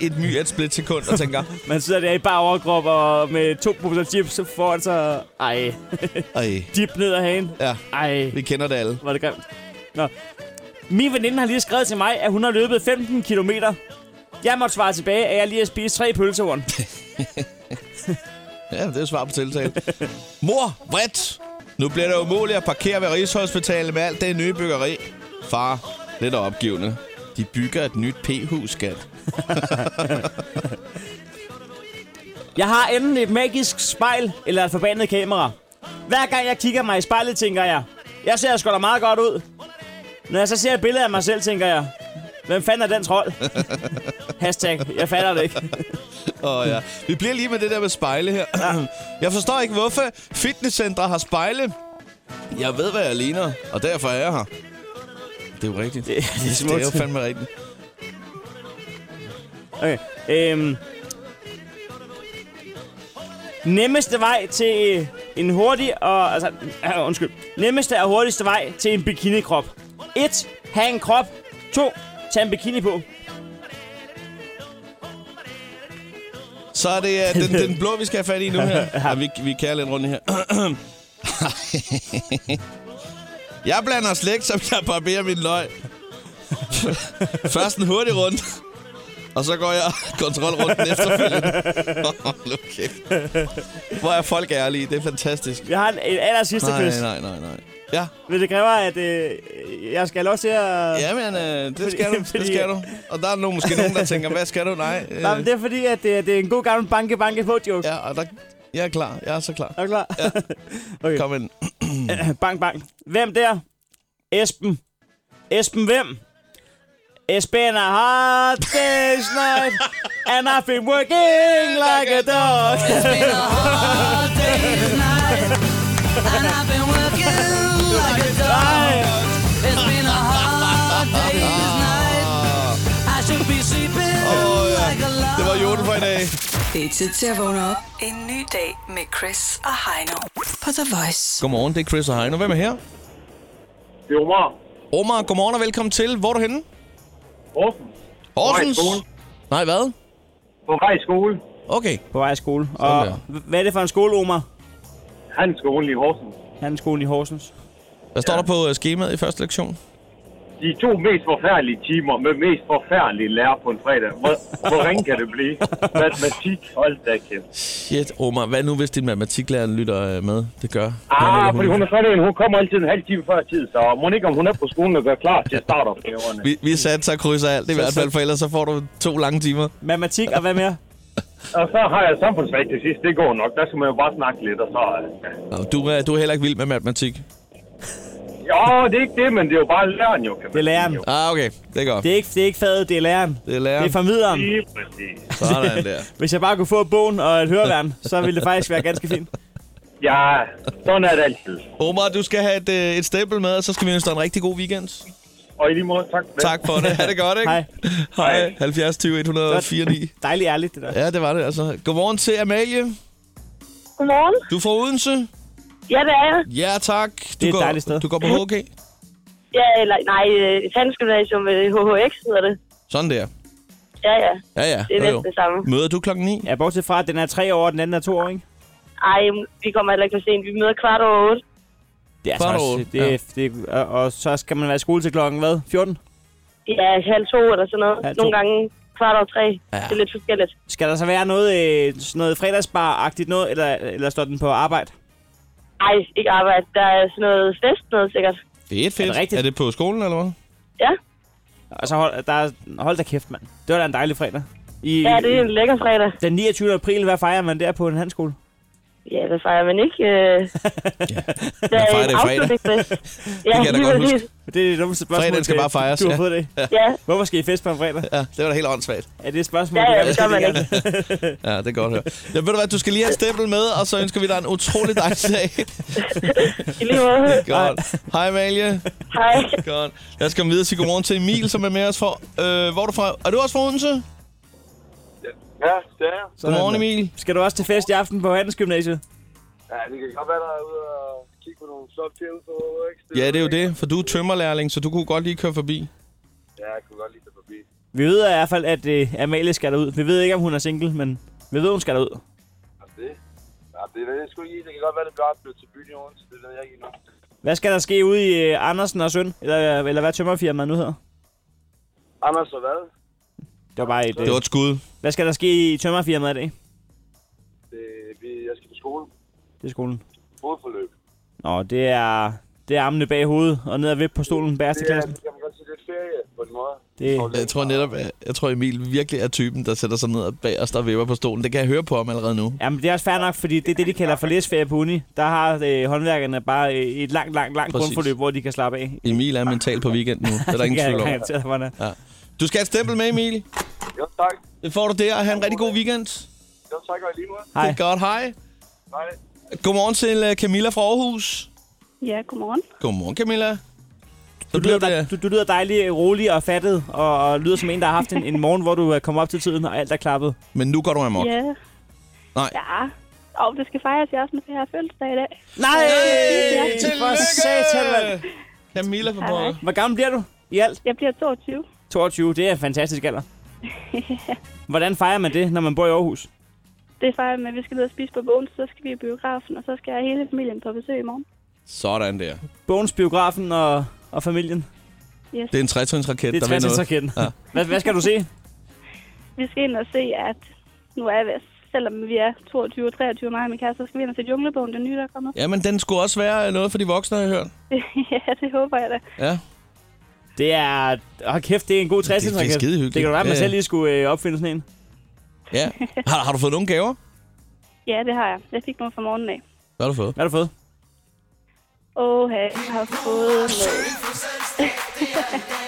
Speaker 2: et my et split sekund og tænker,
Speaker 3: Man sidder der i bare overkrop og med to poser chips foran sig. Ej,
Speaker 2: ej,
Speaker 3: dip ned ad hagen.
Speaker 2: ja,
Speaker 3: Ej,
Speaker 2: vi kender det alle.
Speaker 3: var det grimt. Nå. Min veninde har lige skrevet til mig, at hun har løbet 15 km. Jeg måtte svare tilbage, at jeg lige har spist tre pølsehorn.
Speaker 2: Ja, det er svar på
Speaker 3: [LAUGHS]
Speaker 2: tiltale. Mor, vredt! Nu bliver det umuligt at parkere ved Rigshospitalet med alt det nye byggeri. Far, lidt opgivende. De bygger et nyt p-hus, skat.
Speaker 3: Jeg har enten et magisk spejl eller et forbandet kamera. Hver gang jeg kigger mig i spejlet, tænker jeg, jeg ser sgu da meget godt ud. Når jeg så ser et billede af mig selv, tænker jeg, hvem fanden er den trold? [LAUGHS] Hashtag, jeg fatter det ikke. [LAUGHS]
Speaker 2: Åh ja. Vi bliver lige med det der med spejle her. [CLEARS THROAT] jeg forstår ikke, hvorfor fitnesscentre har spejle. Jeg ved, hvad jeg ligner, og derfor er jeg her. Det er jo rigtigt.
Speaker 3: Det, det er
Speaker 2: det er jo
Speaker 3: smukt.
Speaker 2: fandme rigtigt.
Speaker 3: Okay. Øhm. Nemmeste vej til en hurtig og... Altså, øh, undskyld. Nemmeste og hurtigste vej til en bikinikrop. 1. Ha' en krop. 2. Tag en bikini på.
Speaker 2: Så er det uh,
Speaker 3: [LAUGHS]
Speaker 2: den, den blå, vi skal have fat i nu her. Ja, vi, vi kan lidt rundt her. [CLEARS THROAT] jeg blander slægt, som jeg barberer min løg. Først en hurtig runde, og så går jeg kontrolrunden efterfølgende.
Speaker 3: [LAUGHS]
Speaker 2: Hold nu kæft. Hvor er folk ærlige. Det er fantastisk.
Speaker 3: Vi har en, en aller sidste
Speaker 2: Nej,
Speaker 3: quiz.
Speaker 2: nej, nej, nej. Ja,
Speaker 3: Men det kræver, at øh, jeg skal have lov til at...
Speaker 2: ja men øh, det skal
Speaker 3: Fordi-
Speaker 2: du, det
Speaker 3: fordi-
Speaker 2: skal du. Og der er nogen, måske nogen,
Speaker 3: [LAUGHS]
Speaker 2: der tænker, hvad skal du? Nej. Øh,
Speaker 3: Nej, men det er fordi, at det, det er en god gammel banke-banke-på-joke. Ja.
Speaker 2: ja, og der, jeg er klar. Jeg er så klar.
Speaker 3: Er du klar? Ja.
Speaker 2: Kom ind.
Speaker 3: [LAUGHS] bang, bang. Hvem der? Esben. Esben hvem? Esben a hard day's night, and I've been working like a
Speaker 2: [LAUGHS]
Speaker 3: dog. Ej,
Speaker 2: Det var jorden for i dag.
Speaker 1: Det er tid til at vågne op. En ny dag med Chris og Heino på The Voice.
Speaker 2: Godmorgen, det er Chris og Heino. Hvem er her?
Speaker 4: Det er Omar.
Speaker 2: Omar, godmorgen og velkommen til. Hvor er du henne?
Speaker 4: Horsen.
Speaker 2: Horsens?
Speaker 4: skole.
Speaker 2: Nej, hvad?
Speaker 4: På vej i skole.
Speaker 2: Okay.
Speaker 3: på vej i skole. Og
Speaker 2: der.
Speaker 3: h- hvad er det for en skole, Omar?
Speaker 4: Han skolen i Horsen.
Speaker 3: Han er skolen i Horsens.
Speaker 2: Hvad står der på øh, skemaet i første lektion?
Speaker 4: De to mest forfærdelige timer med mest forfærdelige lærer på en fredag. Hvor, hvordan kan det blive? Matematik, hold da kæft.
Speaker 2: Shit, Omar. Hvad nu, hvis din matematiklærer lytter øh, med? Det gør. han
Speaker 4: Ah,
Speaker 2: eller
Speaker 4: fordi hun er sådan en, hun kommer altid en halv time før tid, så må ikke, om hun er på skolen og gør klar til startopgaverne.
Speaker 2: Vi, vi satser og krydser alt i hvert fald, for ellers så får du to lange timer.
Speaker 3: Matematik og hvad mere?
Speaker 4: Og så har jeg samfundsfag til sidst, det går nok. Der skal man jo bare snakke lidt, og så... øh,
Speaker 2: Nå, du, er, du er heller ikke vild med matematik.
Speaker 4: Jo, det er ikke det, men det er jo bare læreren jo, kan man
Speaker 3: Det er læreren.
Speaker 4: sige, jo.
Speaker 2: Ah, okay. Det er godt.
Speaker 3: Det er ikke, det er ikke faget, det er læreren.
Speaker 2: Det er læreren.
Speaker 3: Det er formideren.
Speaker 4: Lige præcis.
Speaker 2: Sådan der. [LAUGHS]
Speaker 3: Hvis jeg bare kunne få bogen og et høreværn, så ville det faktisk være ganske fint.
Speaker 4: Ja, sådan er det altid.
Speaker 2: Omar, du skal have et, øh, et stempel med, og så skal vi ønske dig en rigtig god weekend.
Speaker 4: Og i lige måde, tak.
Speaker 2: Tak for det. Ha' det godt, ikke?
Speaker 3: Hej.
Speaker 2: Hej. 70 20 104 9.
Speaker 3: Dejligt ærligt, det der.
Speaker 2: Ja, det var det altså. Godmorgen til Amalie.
Speaker 5: Godmorgen.
Speaker 2: Du er fra Odense.
Speaker 5: Ja, det er jeg.
Speaker 2: Ja, tak. Du
Speaker 3: er et
Speaker 2: går,
Speaker 3: dejligt sted.
Speaker 2: Du går på HG.
Speaker 5: Ja, eller nej, øh, Handelsgymnasium med HHX hedder det.
Speaker 2: Sådan der.
Speaker 5: Ja, ja.
Speaker 2: Ja, ja. Jo,
Speaker 5: Det er
Speaker 2: jo.
Speaker 5: næsten det samme.
Speaker 2: Møder du klokken 9?
Speaker 3: Ja, bortset fra, at den er tre år, og den anden er to år, ikke?
Speaker 5: Ej, vi kommer heller ikke for sent. Vi møder kvart over otte.
Speaker 3: Det er altså
Speaker 2: Kvart
Speaker 3: også,
Speaker 2: over
Speaker 3: det, ja. det, og, og, så skal man være i skole til klokken, hvad? 14?
Speaker 5: Ja, halv to eller sådan noget.
Speaker 3: Halv to.
Speaker 5: Nogle gange kvart over tre. Ja. Det er lidt forskelligt.
Speaker 3: Skal der så være noget, øh, sådan noget fredagsbar-agtigt noget, eller, eller står den på arbejde?
Speaker 5: Ej, ikke arbejde. Der er sådan noget fest noget sikkert.
Speaker 2: Det er fedt.
Speaker 3: Er det rigtigt?
Speaker 2: Er det på skolen, eller hvad?
Speaker 5: Ja,
Speaker 3: Og så hold, der, er- hold da kæft, mand. Det var da en dejlig fredag. I,
Speaker 5: ja det er en lækker fredag.
Speaker 3: Den 29. april, hvad fejrer man der på en handskole?
Speaker 5: Ja, hvad fejrer man ikke?
Speaker 2: [LAUGHS]
Speaker 5: Øh, der
Speaker 2: man
Speaker 5: er
Speaker 2: fejrer
Speaker 5: en
Speaker 2: det i fredag. [LAUGHS]
Speaker 5: afslutningsfest. ja,
Speaker 2: kan jeg da
Speaker 5: lige
Speaker 2: godt
Speaker 5: præcis.
Speaker 3: Det er det dummeste spørgsmål.
Speaker 2: Fredagen skal
Speaker 3: til-
Speaker 2: bare fejres,
Speaker 3: Du har
Speaker 2: ja.
Speaker 3: fået det.
Speaker 5: Ja,
Speaker 3: Hvorfor skal I fest på en fredag?
Speaker 2: Ja, det var da helt åndssvagt.
Speaker 3: Er det et spørgsmål?
Speaker 5: ja,
Speaker 3: du
Speaker 5: ja,
Speaker 3: gerne
Speaker 5: det gør
Speaker 3: vil
Speaker 5: man
Speaker 3: stille?
Speaker 5: ikke.
Speaker 2: Ja, det er godt at høre. Ja, ved du hvad, du skal lige have et stempel med, og så ønsker vi dig en utrolig dejlig dag.
Speaker 5: I lige måde.
Speaker 2: godt. Hej, Amalie.
Speaker 5: Hej.
Speaker 2: Godt. Lad os komme videre og sige godmorgen til Emil, som er med os fra... Øh, hvor er du fra? Er du også fra Odense?
Speaker 6: Ja, det er jeg.
Speaker 3: Sådan
Speaker 2: Godmorgen,
Speaker 3: der.
Speaker 2: Emil.
Speaker 3: Skal du også til fest i aften på Handelsgymnasiet?
Speaker 6: Ja, det kan godt være, der er ude og kigge på nogle flotte piger ude på HX.
Speaker 2: Ja, det er jo det, for du er tømmerlærling, så du kunne godt lige køre forbi.
Speaker 6: Ja, jeg kunne godt lide det forbi.
Speaker 3: Vi ved i hvert fald, at øh, Amalie skal derud. Vi ved ikke, om hun er single, men vi ved, hun skal derud.
Speaker 6: Ja, Altså, det. Ja, det ved jeg sgu ikke. Det kan godt være, det bare blev til byen i Odense. Det ved jeg ikke endnu.
Speaker 3: Hvad skal der ske ude i øh, Andersen og Søn? Eller, eller hvad tømmerfirmaet nu hedder?
Speaker 6: Anders og hvad?
Speaker 3: Det var bare et...
Speaker 2: Det var
Speaker 3: Øh,
Speaker 2: et skud.
Speaker 3: hvad skal der ske i tømmerfirmaet i dag?
Speaker 6: Det, vi, jeg skal på skolen.
Speaker 3: Det er skolen.
Speaker 6: Hovedforløb.
Speaker 3: Nå, det er... Det er armene bag hovedet og ned og vip på stolen bag
Speaker 6: Det, er,
Speaker 3: klassen.
Speaker 6: det kan man godt sige, det er ferie på en måde.
Speaker 3: Det,
Speaker 2: Jeg tror netop, at- jeg tror Emil virkelig er typen, der sætter sig ned bag os og vipper på stolen. Det kan jeg høre på ham allerede nu.
Speaker 3: jamen, det er også fair nok, fordi det er det, de kalder for læsferie på uni. Der har øh, håndværkerne bare øh, et langt, langt, langt
Speaker 2: Præcis.
Speaker 3: grundforløb, hvor de kan slappe af.
Speaker 2: Emil er mentalt på weekend nu. Det er der
Speaker 3: [LAUGHS]
Speaker 2: ingen tvivl om.
Speaker 3: tvivl om.
Speaker 2: Ja. Du skal have et stempel med, Emil.
Speaker 6: Jo, tak.
Speaker 2: Det får du der. Ha' en rigtig god weekend.
Speaker 6: Jo, tak og i lige måde.
Speaker 2: Det
Speaker 3: Hej.
Speaker 2: er godt. Hej.
Speaker 6: Hej.
Speaker 2: Godmorgen til øh, Camilla fra Aarhus.
Speaker 8: Ja, godmorgen.
Speaker 2: Godmorgen, Camilla. Så
Speaker 3: Du lyder,
Speaker 2: bliver det...
Speaker 3: dig, du, du lyder dejlig øh, rolig og fattet, og, og lyder som en, der har haft en, en morgen, hvor du er kommet op til tiden, og alt er klappet.
Speaker 2: Men nu går du amok.
Speaker 8: Ja.
Speaker 2: Nej.
Speaker 8: Ja. Og det skal fejres i aften, for jeg har fødselsdag i dag.
Speaker 3: Nej! For satan, mand.
Speaker 2: Tillykke! Camilla fra Borg.
Speaker 3: Hvor gammel bliver du i alt?
Speaker 8: Jeg bliver 22.
Speaker 3: 22, det er en fantastisk alder. Hvordan fejrer man det, når man bor i Aarhus?
Speaker 8: Det er fejl, men vi skal ned og spise på bogen, så skal vi i biografen, og så skal jeg hele familien på besøg i morgen.
Speaker 2: Sådan der.
Speaker 3: Bogens, biografen og, og familien.
Speaker 2: Det er en trætrinsraket,
Speaker 3: Det
Speaker 2: der
Speaker 3: er
Speaker 2: vil noget.
Speaker 3: trætidsraketten. Ja. Hvad, hvad skal du se?
Speaker 8: Vi skal ind og se, at nu er vi, selvom vi er 22 og 23, mig og min kæreste, så skal vi ind og se Junglebogen, den nye, der er kommet. [LAUGHS]
Speaker 2: Jamen, den skulle også være øh, noget for de voksne, har jeg hørt.
Speaker 8: ja, det håber jeg da.
Speaker 2: Ja.
Speaker 3: Det er... Åh, kæft, det er en god trætidsraket.
Speaker 2: skidehyggeligt.
Speaker 3: Det kan du være, at man
Speaker 2: Ja, ja.
Speaker 3: selv lige skulle øh, opfinde sådan en.
Speaker 2: ja. Har, har du fået nogle gaver?
Speaker 8: Ja, det har jeg. Jeg fik nogle fra morgenen af.
Speaker 2: Hvad har du fået?
Speaker 3: Hvad har du fået?
Speaker 8: Åh, jeg har fået noget.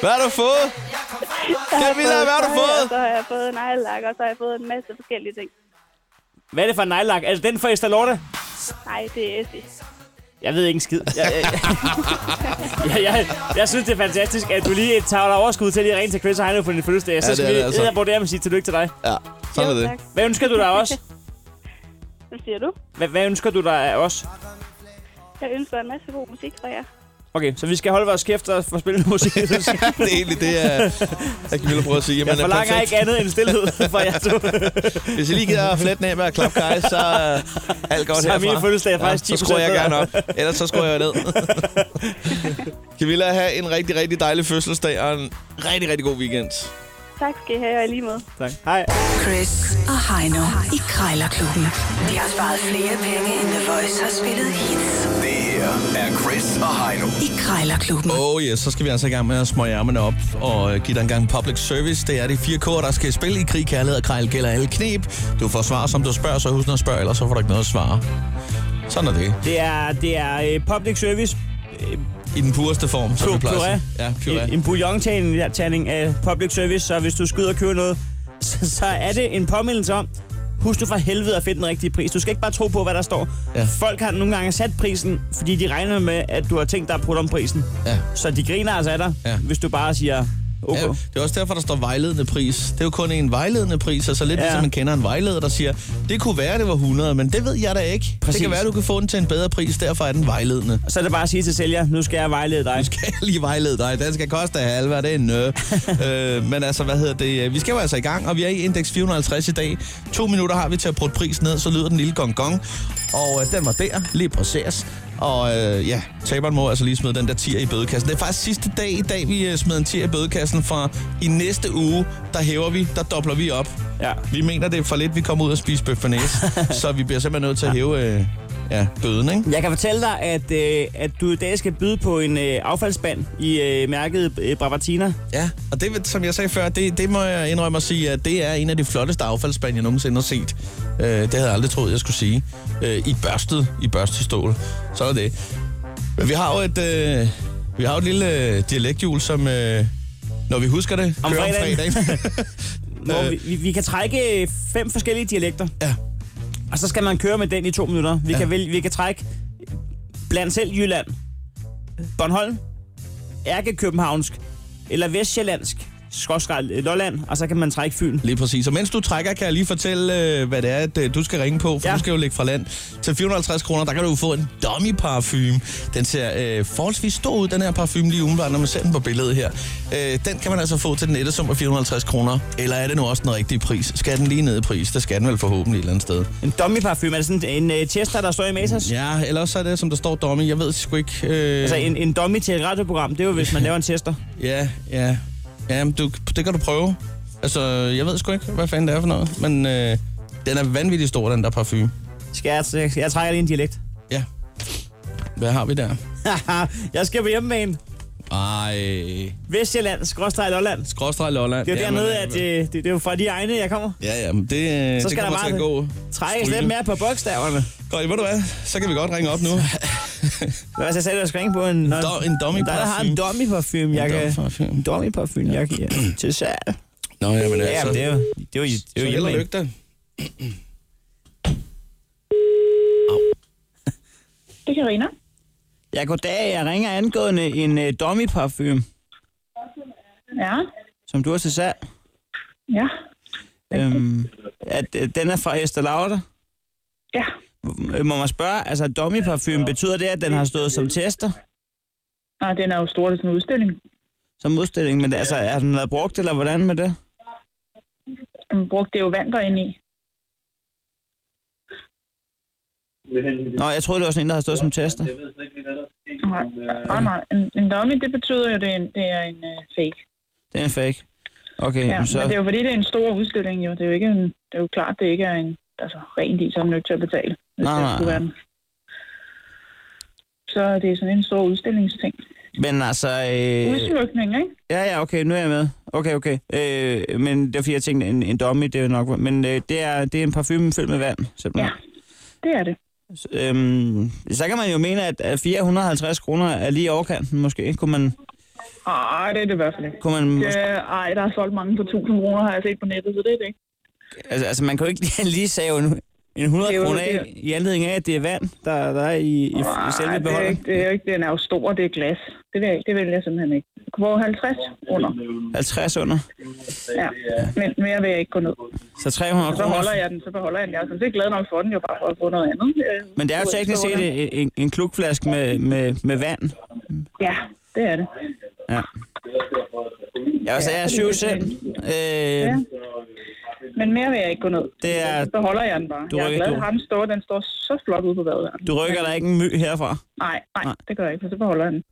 Speaker 2: Hvad har du fået? Camilla, hvad har du fået?
Speaker 8: Og så har jeg fået en ejlak, og så har jeg fået en masse forskellige ting.
Speaker 3: Hvad er det for en nejlak? Er det den fra Estalorte?
Speaker 8: Nej, det er Essie.
Speaker 3: Jeg ved ikke en skid. Jeg, jeg, jeg, [LAUGHS] jeg, jeg synes, det er fantastisk, at du lige tager dig overskud til lige at ringe til Chris og Heino på din fødselsdag.
Speaker 2: Ja,
Speaker 3: Så
Speaker 2: det
Speaker 3: skal
Speaker 2: er
Speaker 3: vi
Speaker 2: det altså.
Speaker 3: altså. på det og sige tillykke til dig.
Speaker 2: Ja, sådan er det.
Speaker 8: tak.
Speaker 3: Hvad ønsker du dig også?
Speaker 8: Hvad siger du?
Speaker 3: Hvad, hvad ønsker du dig af os?
Speaker 8: Jeg ønsker en masse god musik fra jer.
Speaker 3: Okay, så vi skal holde vores kæft og få spillet [LAUGHS] musik.
Speaker 2: [LAUGHS]
Speaker 3: Jeg
Speaker 2: Det er egentlig det, jeg, jeg Camilla prøver at sige. Jamen, er
Speaker 3: forlanger
Speaker 2: perfekt.
Speaker 3: ikke andet end stillhed [LAUGHS] fra jer to.
Speaker 2: Hvis jeg lige gider fletten af med at klappe guys, så er alt godt
Speaker 3: Så er
Speaker 2: herfra.
Speaker 3: min fødselsdag faktisk 10%
Speaker 2: så skruer jeg
Speaker 3: bedre.
Speaker 2: gerne op. Ellers så skruer jeg
Speaker 3: [LAUGHS]
Speaker 2: ned. Camilla, have en rigtig, rigtig dejlig fødselsdag og en rigtig, rigtig god weekend.
Speaker 8: Tak skal I have, og i lige måde.
Speaker 3: Tak. Hej.
Speaker 1: Chris og Heino i Krejlerklubben. De har sparet flere penge, end The Voice har spillet hits
Speaker 9: Det her er Chris og Heino.
Speaker 1: i Krejlerklubben.
Speaker 2: Oh yes, så skal vi altså i gang med at smøge ærmerne op og øh, give dig en gang public service. Det er de fire kår, der skal spille i krig, kærlighed og krejl gælder alle knep. Du får svar, som du spørger, så husk noget at spørge, ellers så får du ikke noget at svare. Sådan er det.
Speaker 3: Det er, det er øh, public service. Øh,
Speaker 2: I den pureste form, som
Speaker 3: Pur-
Speaker 2: vi plejer at
Speaker 3: puré.
Speaker 2: sige. Ja, puré.
Speaker 3: en, en bouillon-tagning af public service, så hvis du skal ud og købe noget, så, så er det en påmindelse om, Husk du for helvede at finde den rigtige pris. Du skal ikke bare tro på, hvad der står.
Speaker 2: Ja.
Speaker 3: Ja. Folk har nogle gange sat prisen, fordi de regner med, at du har tænkt dig at putte om prisen.
Speaker 2: Ja.
Speaker 3: Så de griner altså af dig,
Speaker 2: Ja.
Speaker 3: ja. hvis du bare siger, okay.
Speaker 2: Ja, det er også derfor, der står vejledende pris. Det er jo kun en vejledende pris, og så lidt ja.
Speaker 3: Ja.
Speaker 2: ligesom man kender en vejleder, der siger, det kunne være, det var 100, men det ved jeg da ikke. Præcis.
Speaker 3: Præcis.
Speaker 2: Det kan være, du kan få den til en bedre pris, derfor er den vejledende.
Speaker 3: Så er det bare at sige til sælger, nu skal jeg vejlede dig.
Speaker 2: Skal [LAUGHS] jeg lige vejlede dig? Den skal koste af halve, og det er en nø. øh, men altså, hvad hedder det? Vi skal jo altså i gang, og vi er i indeks 450 i dag. To minutter har vi til at putte prisen ned, så lyder den lille gong gong. Og øh, den var der, lige præcis. Og øh, ja, taberen må altså lige smide den der tier i bødekassen. Det er faktisk sidste dag i dag, vi øh, smider en tier i bødekassen. Fra i næste uge, der hæver vi, der dobler vi op.
Speaker 3: Ja.
Speaker 2: Vi mener, det er for lidt, vi kommer ud og spise bøf bearnaise, så vi bliver simpelthen nødt til at hæve øh, ja, bøden, ikke?
Speaker 3: Jeg kan fortælle dig, at, øh, at du i dag skal byde på en øh, affaldsspand i øh, mærket øh, Bravatina.
Speaker 2: Ja, og det, som jeg sagde før, det, det må jeg indrømme at sige, at det er en af de flotteste affaldsspande, jeg nogensinde har set. Øh, det havde jeg aldrig troet, jeg skulle sige. Øh, I børstet, i børstestål. Så er det. Men vi har jo et, øh, vi har jo et lille øh, dialekthjul, som, øh, når vi husker det,
Speaker 3: Om
Speaker 2: kører
Speaker 3: fredagen.
Speaker 2: om fredagen. [LAUGHS]
Speaker 3: Hvor
Speaker 2: Øh.
Speaker 3: vi, vi, vi kan trække øh, fem forskellige dialekter.
Speaker 2: Ja.
Speaker 3: Og så skal man køre med den i to minutter. Vi, ja. kan, vælge, vi kan trække blandt selv Jylland, Bornholm, Ærke-Københavnsk, eller Vestjyllandsk, Skotskral, Lolland, og så kan man trække Fyn.
Speaker 2: Lige præcis. Og mens du trækker, kan jeg lige fortælle, øh, hvad det er, at øh, du skal ringe på, for ja.
Speaker 3: Ja.
Speaker 2: du skal jo lægge fra land. Til 450 kroner, der kan du jo få en dummy parfume. Den ser øh, forholdsvis stor ud, den her parfume lige umiddelbart, når man ser den på billedet her. Øh, den kan man altså få til den nette sum af 450 kroner. Eller er det nu også den rigtige pris? Skal den lige ned i pris? Det skal den vel forhåbentlig et eller andet sted.
Speaker 3: En dummy-parfume, er det sådan en øh, tester, der står i Matas? Ja.
Speaker 2: Ja, eller også er det, som der står dummy. Jeg ved sgu ikke... Øh,
Speaker 3: Altså en, en dummy til et radioprogram, det er jo, hvis man laver en tester.
Speaker 2: Ja, ja. Ja, men du, det kan du prøve. Altså, jeg ved sgu ikke, hvad fanden det er for noget. Men øh, den er vanvittig stor, den der parfume.
Speaker 3: Skal jeg, jeg, jeg trækker lige en dialekt. [LAUGHS]
Speaker 2: Ja. Hvad har vi der?
Speaker 3: jeg skal på hjemmebane.
Speaker 2: Ej,
Speaker 3: Vestjylland, Skråstrej, Lolland.
Speaker 2: skråstreg Lolland.
Speaker 3: Det er jo
Speaker 2: Jamen,
Speaker 3: dernede, at øh, det, det, er jo fra de egne, jeg kommer.
Speaker 2: Ja, ja, men det, øh,
Speaker 3: Så
Speaker 2: det
Speaker 3: skal
Speaker 2: kommer
Speaker 3: der bare
Speaker 2: til at gå.
Speaker 3: Trækkes
Speaker 2: Stryge.
Speaker 3: lidt mere på bogstaverne.
Speaker 2: Godt, ved du hvad? Så kan vi godt ringe op
Speaker 3: [LAUGHS]
Speaker 2: nu.
Speaker 3: Hvad var det, jeg sagde, du skulle ringe på en... Nå,
Speaker 2: Do- en dummy
Speaker 3: Der, der har en dummy parfume, jeg kan...
Speaker 2: dummy-parfume.
Speaker 3: En dummy parfume, jeg kan... ja, Til salg.
Speaker 2: Nå, jamen altså.
Speaker 3: Ja, men det er jo... Det er jo, det er
Speaker 2: så
Speaker 3: jo
Speaker 2: held og lykke
Speaker 3: hjemme.
Speaker 2: da.
Speaker 5: Det er Karina.
Speaker 3: Ja, goddag. Jeg ringer angående en uh, dummy parfume,
Speaker 5: Ja.
Speaker 3: som du har til salg.
Speaker 5: Ja.
Speaker 3: Øhm, at, øh, den er fra Estée Lauder.
Speaker 5: Ja.
Speaker 3: Øh, Må man spørge, altså dummy parfume, betyder det, at den har stået som tester?
Speaker 5: Nej, den er jo stor til sådan en udstilling.
Speaker 3: Som udstilling, men altså, er den været brugt, eller hvordan med det?
Speaker 5: Den brugte det jo vand derinde i.
Speaker 3: Nå, jeg troede, det var sådan en, der har stået som tester.
Speaker 5: Nej, nej, nej. En, en dummy, det betyder jo, at det er en, det er en uh, fake.
Speaker 3: Det er en fake. Okay,
Speaker 5: Ja,
Speaker 3: ja,
Speaker 5: Men det
Speaker 3: så...
Speaker 5: er jo fordi, det er en stor udstilling, jo. Det er jo, ikke en, det er jo klart, det ikke er en, altså, rent i, så er man nødt til at betale. Hvis
Speaker 3: Nej,
Speaker 5: det
Speaker 3: nej,
Speaker 5: skulle
Speaker 3: nej.
Speaker 5: være den. Så det er sådan en stor udstillingsting.
Speaker 3: Men altså... Øh...
Speaker 5: Udslukning, ikke?
Speaker 3: Ja, ja, okay, nu er jeg med. Okay, okay. Øh, men det er fordi, jeg tænkte, en, en dummy, det er jo nok... Men øh, det, er, det er en parfume fyldt med vand, simpelthen.
Speaker 5: Det er det.
Speaker 3: Ja. Øhm, så kan man jo mene, at at 450 kroner er lige i overkanten, måske. Kunne man...
Speaker 5: Ej, det er det i hvert fald ikke.
Speaker 3: Kunne man
Speaker 5: Det,
Speaker 3: måske,
Speaker 5: ej, der er solgt mange for 1000 kroner, har jeg set på nettet, så det er det ikke.
Speaker 3: altså, altså, man kan jo ikke lige save en, en 100
Speaker 5: Det er jo
Speaker 3: kroner af,
Speaker 5: det.
Speaker 3: i anledning af, at det er vand, der, der er i, i, i
Speaker 5: Ej,
Speaker 3: selve
Speaker 5: det er
Speaker 3: beholderen.
Speaker 5: ikke, det er ikke, den er jo stor, det er glas. Det vil, jeg- det vil jeg simpelthen ikke. Hvor 50 kroner.
Speaker 3: 50 under.
Speaker 5: Ja. Men mere vil jeg ikke gå ned.
Speaker 3: Så 300
Speaker 5: Så holder
Speaker 3: kroner.
Speaker 5: jeg den, så beholder jeg den. Jeg er sådan set glad nok for den, jo bare for at få noget andet. Øh,
Speaker 3: Men det er jo teknisk set
Speaker 5: stående.
Speaker 3: en, en, en klukflaske med, med, med vand.
Speaker 5: Ja, det er det.
Speaker 3: Ja. Ja, altså, jeg er 7 cent. Øh,
Speaker 5: Ja. Men mere vil jeg ikke gå ned.
Speaker 3: Det er-
Speaker 5: Så beholder jeg den bare.
Speaker 3: Du
Speaker 5: jeg er
Speaker 3: rykker-
Speaker 5: glad,
Speaker 3: du-
Speaker 5: at ham står. Den står så flot ude på badet.
Speaker 3: Du rykker da ikke en my herfra.
Speaker 5: Nej, nej,
Speaker 3: Nej.
Speaker 5: det gør jeg ikke, for så beholder jeg den.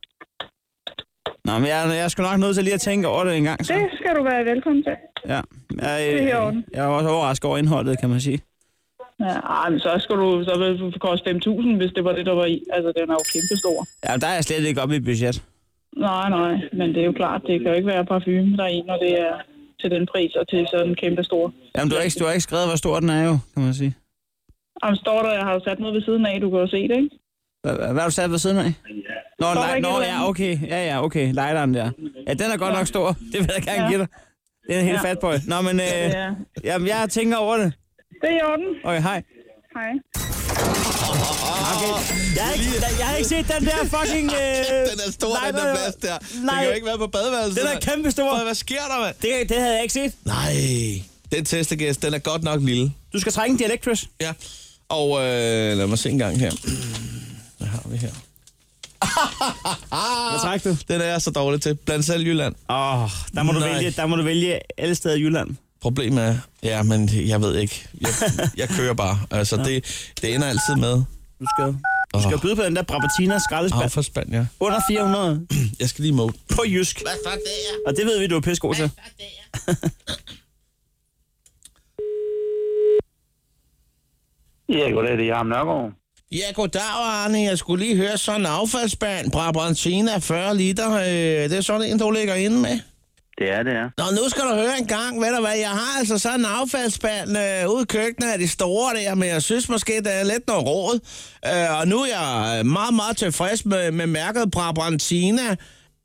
Speaker 3: Nå, men jeg, jeg er sgu nok nødt til lige at tænke over det en gang. Så.
Speaker 5: Det skal du være velkommen til.
Speaker 3: Ja. Jeg,
Speaker 5: Det er i
Speaker 3: jeg,
Speaker 5: orden.
Speaker 3: jeg er også overrasket over indholdet, kan man sige.
Speaker 5: Ja, ej, men så skulle du så ville det koste 5.000, hvis det var det, der var i. Altså, den er jo kæmpestor.
Speaker 3: Ja, der er jeg slet ikke oppe i budget.
Speaker 5: Nej, nej, men det er jo klart, det kan jo ikke være parfume der er i, når det er til den pris og til sådan en kæmpe stor.
Speaker 3: Jamen, du har ikke, du har ikke skrevet, hvor stor den er jo, kan man sige.
Speaker 5: Jamen, står der, jeg har jo sat noget ved siden af, du kan jo se det, ikke?
Speaker 3: Hvad, hvad hvad har du sat ved siden af? Nå,
Speaker 5: der
Speaker 3: nej,
Speaker 5: ikke
Speaker 3: nå
Speaker 5: et eller
Speaker 3: ja,
Speaker 5: andet?
Speaker 3: okay. Ja, ja, okay. Lejderen der. Ja, den er godt nok stor. Det vil jeg gerne give dig. Det er en helt fat boy. Nå, men øh,
Speaker 5: Ja.
Speaker 3: jamen, jeg tænker over det.
Speaker 5: Det er i orden.
Speaker 3: Okay, hej.
Speaker 5: Hej.
Speaker 3: Jeg har ikke, jeg har ikke set den der fucking... Øh,
Speaker 2: [LAUGHS] Den er stor,
Speaker 3: nej,
Speaker 2: den der
Speaker 3: nej,
Speaker 2: plads der. Den
Speaker 3: Nej,
Speaker 2: kan jo ikke være på badeværelset.
Speaker 3: den er kæmpestor.
Speaker 2: Hvad sker der, mand?
Speaker 3: Det, det havde jeg ikke set.
Speaker 2: Nej, den testegæst, den er godt nok lille.
Speaker 3: Du skal trænge en dialekt, Chris.
Speaker 2: Ja. Og øh, lad mig se en gang her. Hvad har vi her? Ah.
Speaker 3: Hvad træk du?
Speaker 2: Den er jeg så dårlig til. Blandt selv Jylland.
Speaker 3: Åh, oh, der, må du
Speaker 2: Nej.
Speaker 3: vælge, der må du vælge alle steder i Jylland.
Speaker 2: Problemet er, ja, men jeg ved ikke. Jeg, jeg kører bare. Altså, det, det ender altid med.
Speaker 3: Du skal, du skal
Speaker 2: Åh.
Speaker 3: byde på den der Brabatina skraldespand.
Speaker 2: Åh, for spand, ja.
Speaker 3: Under 400
Speaker 2: Jeg skal lige måle.
Speaker 3: på jysk. Hvad fuck det er? Og det ved vi, du er pissegod til.
Speaker 4: Ja, goddag, det er Jarm Nørgaard.
Speaker 2: Ja, goddag, Arne. Jeg skulle lige høre sådan en affaldsspand. Brabantina 40 liter. Øh, det er sådan en, du ligger inde med.
Speaker 4: Det er det, ja.
Speaker 2: Nå, nu skal du høre en gang, ved du hvad, jeg har altså sådan en affaldsspand øh, ude i køkkenet af de store der, men jeg synes måske, det er lidt noget råd. Øh, og nu er jeg øh, meget, meget tilfreds med, med mærket Brabantina.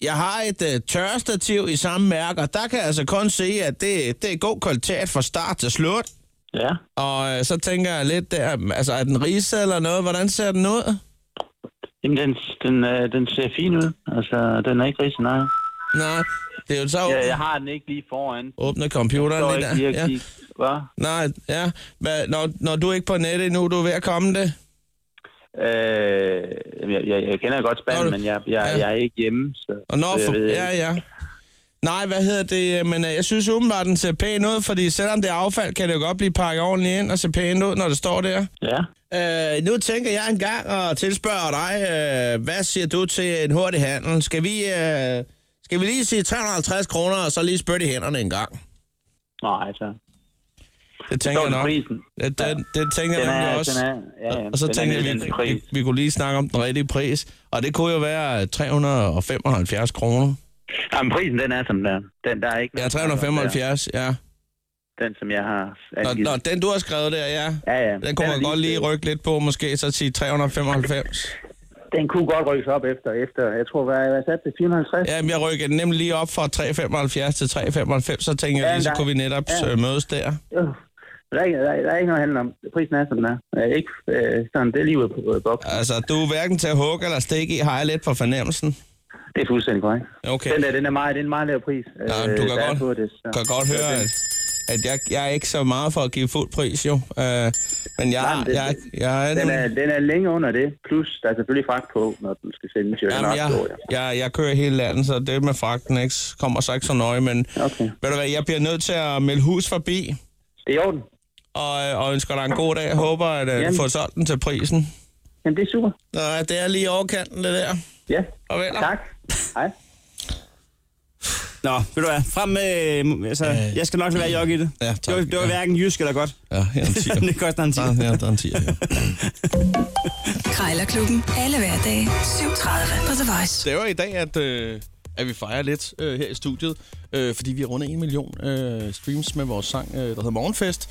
Speaker 2: Jeg har et øh, tørrestativ i samme mærke, og der kan jeg altså kun se, at det, det er god kvalitet fra start til slut.
Speaker 4: Ja.
Speaker 2: Og øh, så tænker jeg lidt der, altså er den ridset eller noget, hvordan ser den ud?
Speaker 4: Jamen, den, den, øh, den ser fin ud. Altså, den er ikke rigtig nej.
Speaker 2: Nej, det er jo så
Speaker 4: Ja, Øh, jeg har den ikke lige foran.
Speaker 2: åbne
Speaker 4: Jeg står
Speaker 2: computeren
Speaker 4: ikke
Speaker 2: lige
Speaker 4: lige
Speaker 2: der.
Speaker 4: at
Speaker 2: Ja.
Speaker 4: kigge. Hvad?
Speaker 2: Nej, ja. Hvad, når, når du er ikke på nettet endnu, du er ved at komme det.
Speaker 4: Øh, jeg, jeg, jeg kender godt
Speaker 2: Nå,
Speaker 4: Spanien,
Speaker 2: du-
Speaker 4: men jeg, jeg,
Speaker 2: ja.
Speaker 4: jeg er ikke hjemme, så,
Speaker 2: Og når
Speaker 4: så jeg
Speaker 2: for,
Speaker 4: ved
Speaker 2: ja,
Speaker 4: ikke.
Speaker 2: ja. Nej, hvad hedder det? øh, Men øh, jeg synes umiddelbart, den ser pæn ud, fordi selvom det er affald, kan det jo godt blive pakket ordentligt ind og se pænt ud, når det står der.
Speaker 4: ja.
Speaker 2: Øh, nu tænker jeg en gang og tilspørger dig, øh, hvad siger du til en hurtig handel? Skal vi, øh, skal vi lige sige 350 kroner, og så lige spørge i hænderne en gang?
Speaker 4: Nej, altså.
Speaker 2: Det tænker jeg
Speaker 4: Står den
Speaker 2: nok.
Speaker 4: prisen?
Speaker 2: Det, det, det tænker
Speaker 4: Den
Speaker 2: jeg
Speaker 4: er,
Speaker 2: nemlig også.
Speaker 4: den er, ja, ja.
Speaker 2: Og så
Speaker 4: den er
Speaker 2: tænkte
Speaker 4: lidt
Speaker 2: jeg,
Speaker 4: en
Speaker 2: vi, vi,
Speaker 4: pris.
Speaker 2: vi kunne lige snakke om den rigtige pris. Og det kunne jo være øh, 375 kroner.
Speaker 4: Jamen, prisen, den er som den er. Den, der er ikke... Altså,
Speaker 2: Ja, 375, ja.
Speaker 4: Den, som jeg har
Speaker 2: Nå,
Speaker 4: angivet.
Speaker 2: nå, den du har skrevet der, ja.
Speaker 4: Ja, ja.
Speaker 2: Den kunne
Speaker 4: er
Speaker 2: man godt lige rykke lidt på, måske så sige 395.
Speaker 4: Den kunne godt rykkes op efter, efter. Jeg tror, hvad jeg satte det? 450?
Speaker 2: Jamen, jeg rykkede den nemlig lige op fra 375 til 395, så tænkte jeg
Speaker 4: Ja,
Speaker 2: lige, så
Speaker 4: nej.
Speaker 2: kunne vi netop
Speaker 4: Ja.
Speaker 2: øh, mødes der.
Speaker 4: Ja. Der er, ikke, der, er, der er ikke noget at handle om. Prisen er, som den er. Øh, ikke øh, sådan, det er lige ude på øh, boksen.
Speaker 2: Altså, du er hverken til at hugge eller stikke i, har jeg lidt på fornemmelsen.
Speaker 4: Det er fuldstændig korrekt.
Speaker 2: Okay,
Speaker 4: Den der, den er meget, det er en meget lav pris. øh,
Speaker 2: ja, du kan
Speaker 4: der er
Speaker 2: godt,
Speaker 4: på det, så.
Speaker 2: kan godt høre,
Speaker 4: den-
Speaker 2: at, at jeg, jeg er ikke så meget for at give fuld pris, jo. Øh, men jeg,
Speaker 4: Nej, men
Speaker 2: jeg,
Speaker 4: det-
Speaker 2: jeg, jeg,
Speaker 4: Den
Speaker 2: jeg,
Speaker 4: er, den er længe under det, plus der er selvfølgelig fragt på, når den skal sendes. Jo, Den er
Speaker 2: Jamen,
Speaker 4: ret stor,
Speaker 2: jeg,
Speaker 4: ja.
Speaker 2: jeg, jeg kører hele landet, så det med fragten ikke, kommer så ikke så nøje, men
Speaker 4: Okay.
Speaker 2: ved du hvad, jeg bliver nødt til at melde hus forbi,
Speaker 4: Det er i orden.
Speaker 2: og, øh, og ønsker dig en god dag. Jeg håber, at øh,
Speaker 4: Jamen.
Speaker 2: du får solgt den til prisen.
Speaker 4: Jamen, det er super.
Speaker 2: Nå, det er lige i overkanten, det der.
Speaker 4: Ja,
Speaker 2: Og venner.
Speaker 4: tak. Hej.
Speaker 3: Nå, ved du hvad, frem med... øh, Altså,
Speaker 2: Øh.
Speaker 3: jeg skal nok lade være jok i det.
Speaker 2: Ja,
Speaker 3: Det
Speaker 2: tak.
Speaker 3: var, det var
Speaker 2: ja.
Speaker 3: hverken jysk eller godt.
Speaker 2: ja, her er en tiger.
Speaker 3: [LAUGHS] det koster en tid.
Speaker 2: Der, ja, der er en tiger, ja.
Speaker 1: Krejlerklubben. Alle hverdage. 7.30 på The Voice.
Speaker 2: Det er jo i dag, at, øh, at vi fejrer lidt øh, her i studiet, øh, fordi vi har rundet en million øh, streams med vores sang, øh, der hedder Morgenfest.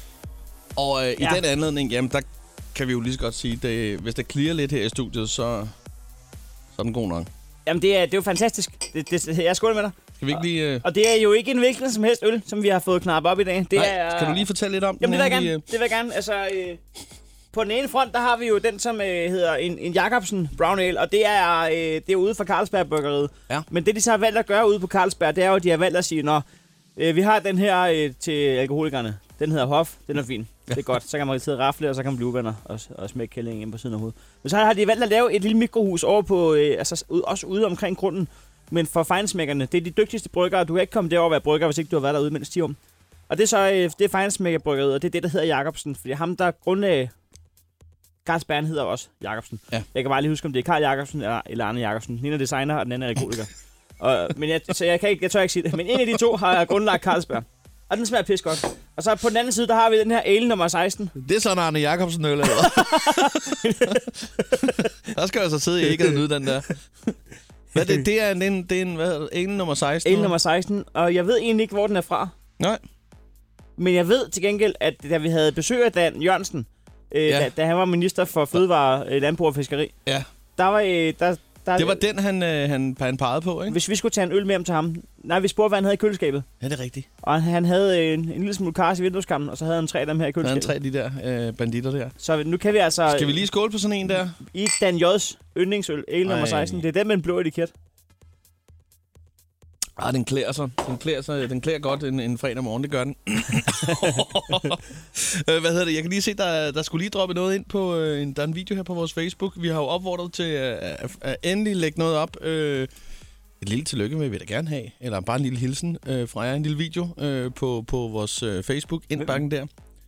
Speaker 2: Og øh, i
Speaker 3: Ja.
Speaker 2: den anledning, jamen der kan vi jo lige så godt sige, det, hvis det clear lidt her i studiet, så, så er den god nok.
Speaker 3: Jamen, det er, det er jo fantastisk. Det, det, jeg skåler med dig.
Speaker 2: Skal vi ikke lige... Øh,
Speaker 3: Og det er jo ikke en hvilken som helst øl, som vi har fået knappet op i dag. Det
Speaker 2: nej,
Speaker 3: er,
Speaker 2: kan du lige fortælle lidt om
Speaker 3: Jamen, det vil jeg
Speaker 2: inden vi,
Speaker 3: gerne. Det vil jeg gerne. Altså, øh, på den ene front, der har vi jo den, som øh, hedder en, en Jacobsen Brown Ale, og det er, øh, det er ude fra Carlsberg Bryggeriet.
Speaker 2: Ja.
Speaker 3: Men det, de så har valgt at gøre ude på Carlsberg, det er jo, at de har valgt at sige, Nå, øh, vi har den her øh, til alkoholikerne. Den hedder Hof. Den er fin. Det er godt. Så kan man sidde og rafle, og så kan man blive uvenner og, og smække kællingen ind på siden af hovedet. Men så har de valgt at lave et lille mikrohus over på, øh, altså ud- også ude omkring grunden. Men for fejnsmækkerne, det er de dygtigste bryggere. Du kan ikke komme derover og være brygger, hvis ikke du har været derude mindst 10 år. Og det er så øh, det er Fejnsmækker Bryggeriet, og det er det, der hedder Jacobsen. Fordi ham, der grundlagde Carlsberg, han hedder også Jacobsen.
Speaker 2: Ja.
Speaker 3: Jeg kan bare lige huske, om det er Karl Jacobsen eller, eller Arne Jacobsen. Den ene er designer, og den anden er
Speaker 2: [LAUGHS]
Speaker 3: alkoholiker. og, men jeg, så jeg, kan ikke, jeg tør ikke sige det. Men en af de to har grundlagt Carlsberg. Og den smager pis godt. Og så på den anden side, der har vi den her ale nummer 16.
Speaker 2: Det er sådan Arne Jacobsen øl, eller [LAUGHS] Der skal jeg så sidde i ikke og nyde den der. Hvad det, det er en, en, det er en, hvad hedder det, en nummer 16?
Speaker 3: Ale nummer 16. Og jeg ved egentlig ikke, hvor den er fra.
Speaker 2: Nej.
Speaker 3: Men jeg ved til gengæld, at da vi havde besøg af Dan Jørgensen, øh,
Speaker 2: Ja.
Speaker 3: ja. da, da han var minister for fødevare, øh, landbrug og fiskeri,
Speaker 2: Ja.
Speaker 3: der var, øh, der, Der,
Speaker 2: Det var den, han, øh, han, han pegede på, ikke?
Speaker 3: Hvis vi skulle tage en øl med om til ham. Nej, vi spurgte, hvad han havde i køleskabet.
Speaker 2: Ja, det er rigtigt.
Speaker 3: Og han havde øh, en, en lille smule kars i vindueskammen, og så havde han tre af dem her i
Speaker 2: Der er en
Speaker 3: køleskabet.
Speaker 2: tre af de der øh, banditter der.
Speaker 3: Så nu kan vi altså...
Speaker 2: Skal vi lige skåle på sådan en der?
Speaker 3: I Dan J's yndlingsøl, el nummer
Speaker 2: Ej.
Speaker 3: 16. Det er den med en blå etiket.
Speaker 2: Ah, den klæder sig. Den klæder, sig. Den klæder godt en, en fredag morgen, det gør den. [LAUGHS] Øh, Hvad hedder det? Jeg kan lige se, der, der skulle lige droppe noget ind på... øh, en, der er en video her på vores Facebook. Vi har jo opfordret til øh, at, at endelig lægge noget op. Øh, et lille tillykke med, vil jeg da gerne have. Eller bare en lille hilsen øh, fra jer. En lille video øh, på, på vores øh, Facebook. Indbakken der.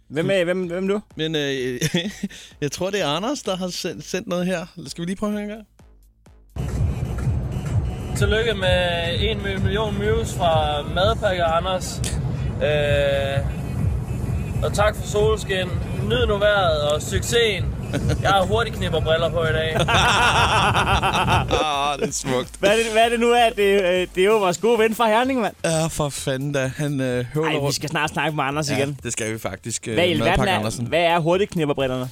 Speaker 3: Hvem er hvem, hvem nu?
Speaker 2: Men øh, [LAUGHS] jeg tror, det er Anders, der har sendt, sendt noget her. Skal vi lige prøve at høre en gang?
Speaker 10: Tillykke med 1 million views fra Madpakke Anders. Øh, og tak for solskin. Nyd nu vejret og succesen. Jeg har hurtigt knipper briller på i dag.
Speaker 2: Ah, det er smukt.
Speaker 3: Hvad er det, hvad er det nu af? Det, øh, det er jo vores gode ven fra Herning, mand.
Speaker 2: Ja, for fanden da. Han øh, høvler
Speaker 3: Ej, vi
Speaker 2: rundt.
Speaker 3: skal snart snakke med Anders igen.
Speaker 2: Ja, det skal vi faktisk. øh,
Speaker 3: Hvad, i
Speaker 2: med
Speaker 3: alverden
Speaker 2: Pakke
Speaker 3: er,
Speaker 2: Andersen.
Speaker 3: hvad er hurtigknipperbrillerne?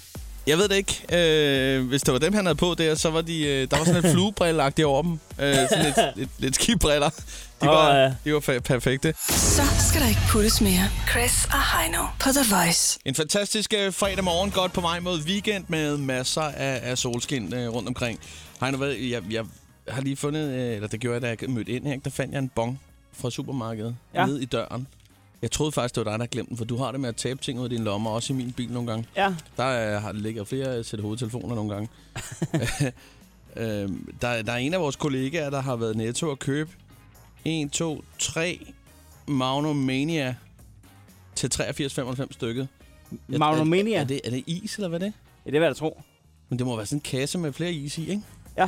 Speaker 2: Jeg ved det ikke. Øh, hvis det var dem, han havde på der, så var de, øh, der var
Speaker 3: [LAUGHS]
Speaker 2: sådan et fluebrillagtigt over dem. Øh, sådan lidt, lidt, lidt skibriller. De
Speaker 3: Åh,
Speaker 2: var,
Speaker 3: ja.
Speaker 2: de var fa- perfekte.
Speaker 1: Så skal der ikke puttes mere. Chris og Heino på The Voice.
Speaker 2: En fantastisk øh, fredag morgen, godt på vej mod weekend med masser af, af solskin øh, rundt omkring. Har jeg, været, jeg, jeg har lige fundet, øh, eller det gjorde jeg, da jeg mødte ind her, der fandt jeg en bong fra supermarkedet
Speaker 3: Ja.
Speaker 2: ja. nede i døren. Jeg troede faktisk, det var dig, der glemte den, for du har det med at tabe ting ud af din lomme, også i min bil nogle gange.
Speaker 3: Ja.
Speaker 2: Der øh, har ligger flere sæt hovedtelefoner nogle
Speaker 3: [LAUGHS]
Speaker 2: gange. øhm, der, der er en af vores kollegaer, der har været netto at købe 1, 2, 3 Magnum Mania til 83,95 stykket. Er-
Speaker 3: Magnum Mania?
Speaker 2: Er, er, det, er det is, eller hvad er det?
Speaker 3: Ja, det er, hvad jeg tror.
Speaker 2: Men det må være sådan en kasse med flere is i, ikke?
Speaker 3: Ja.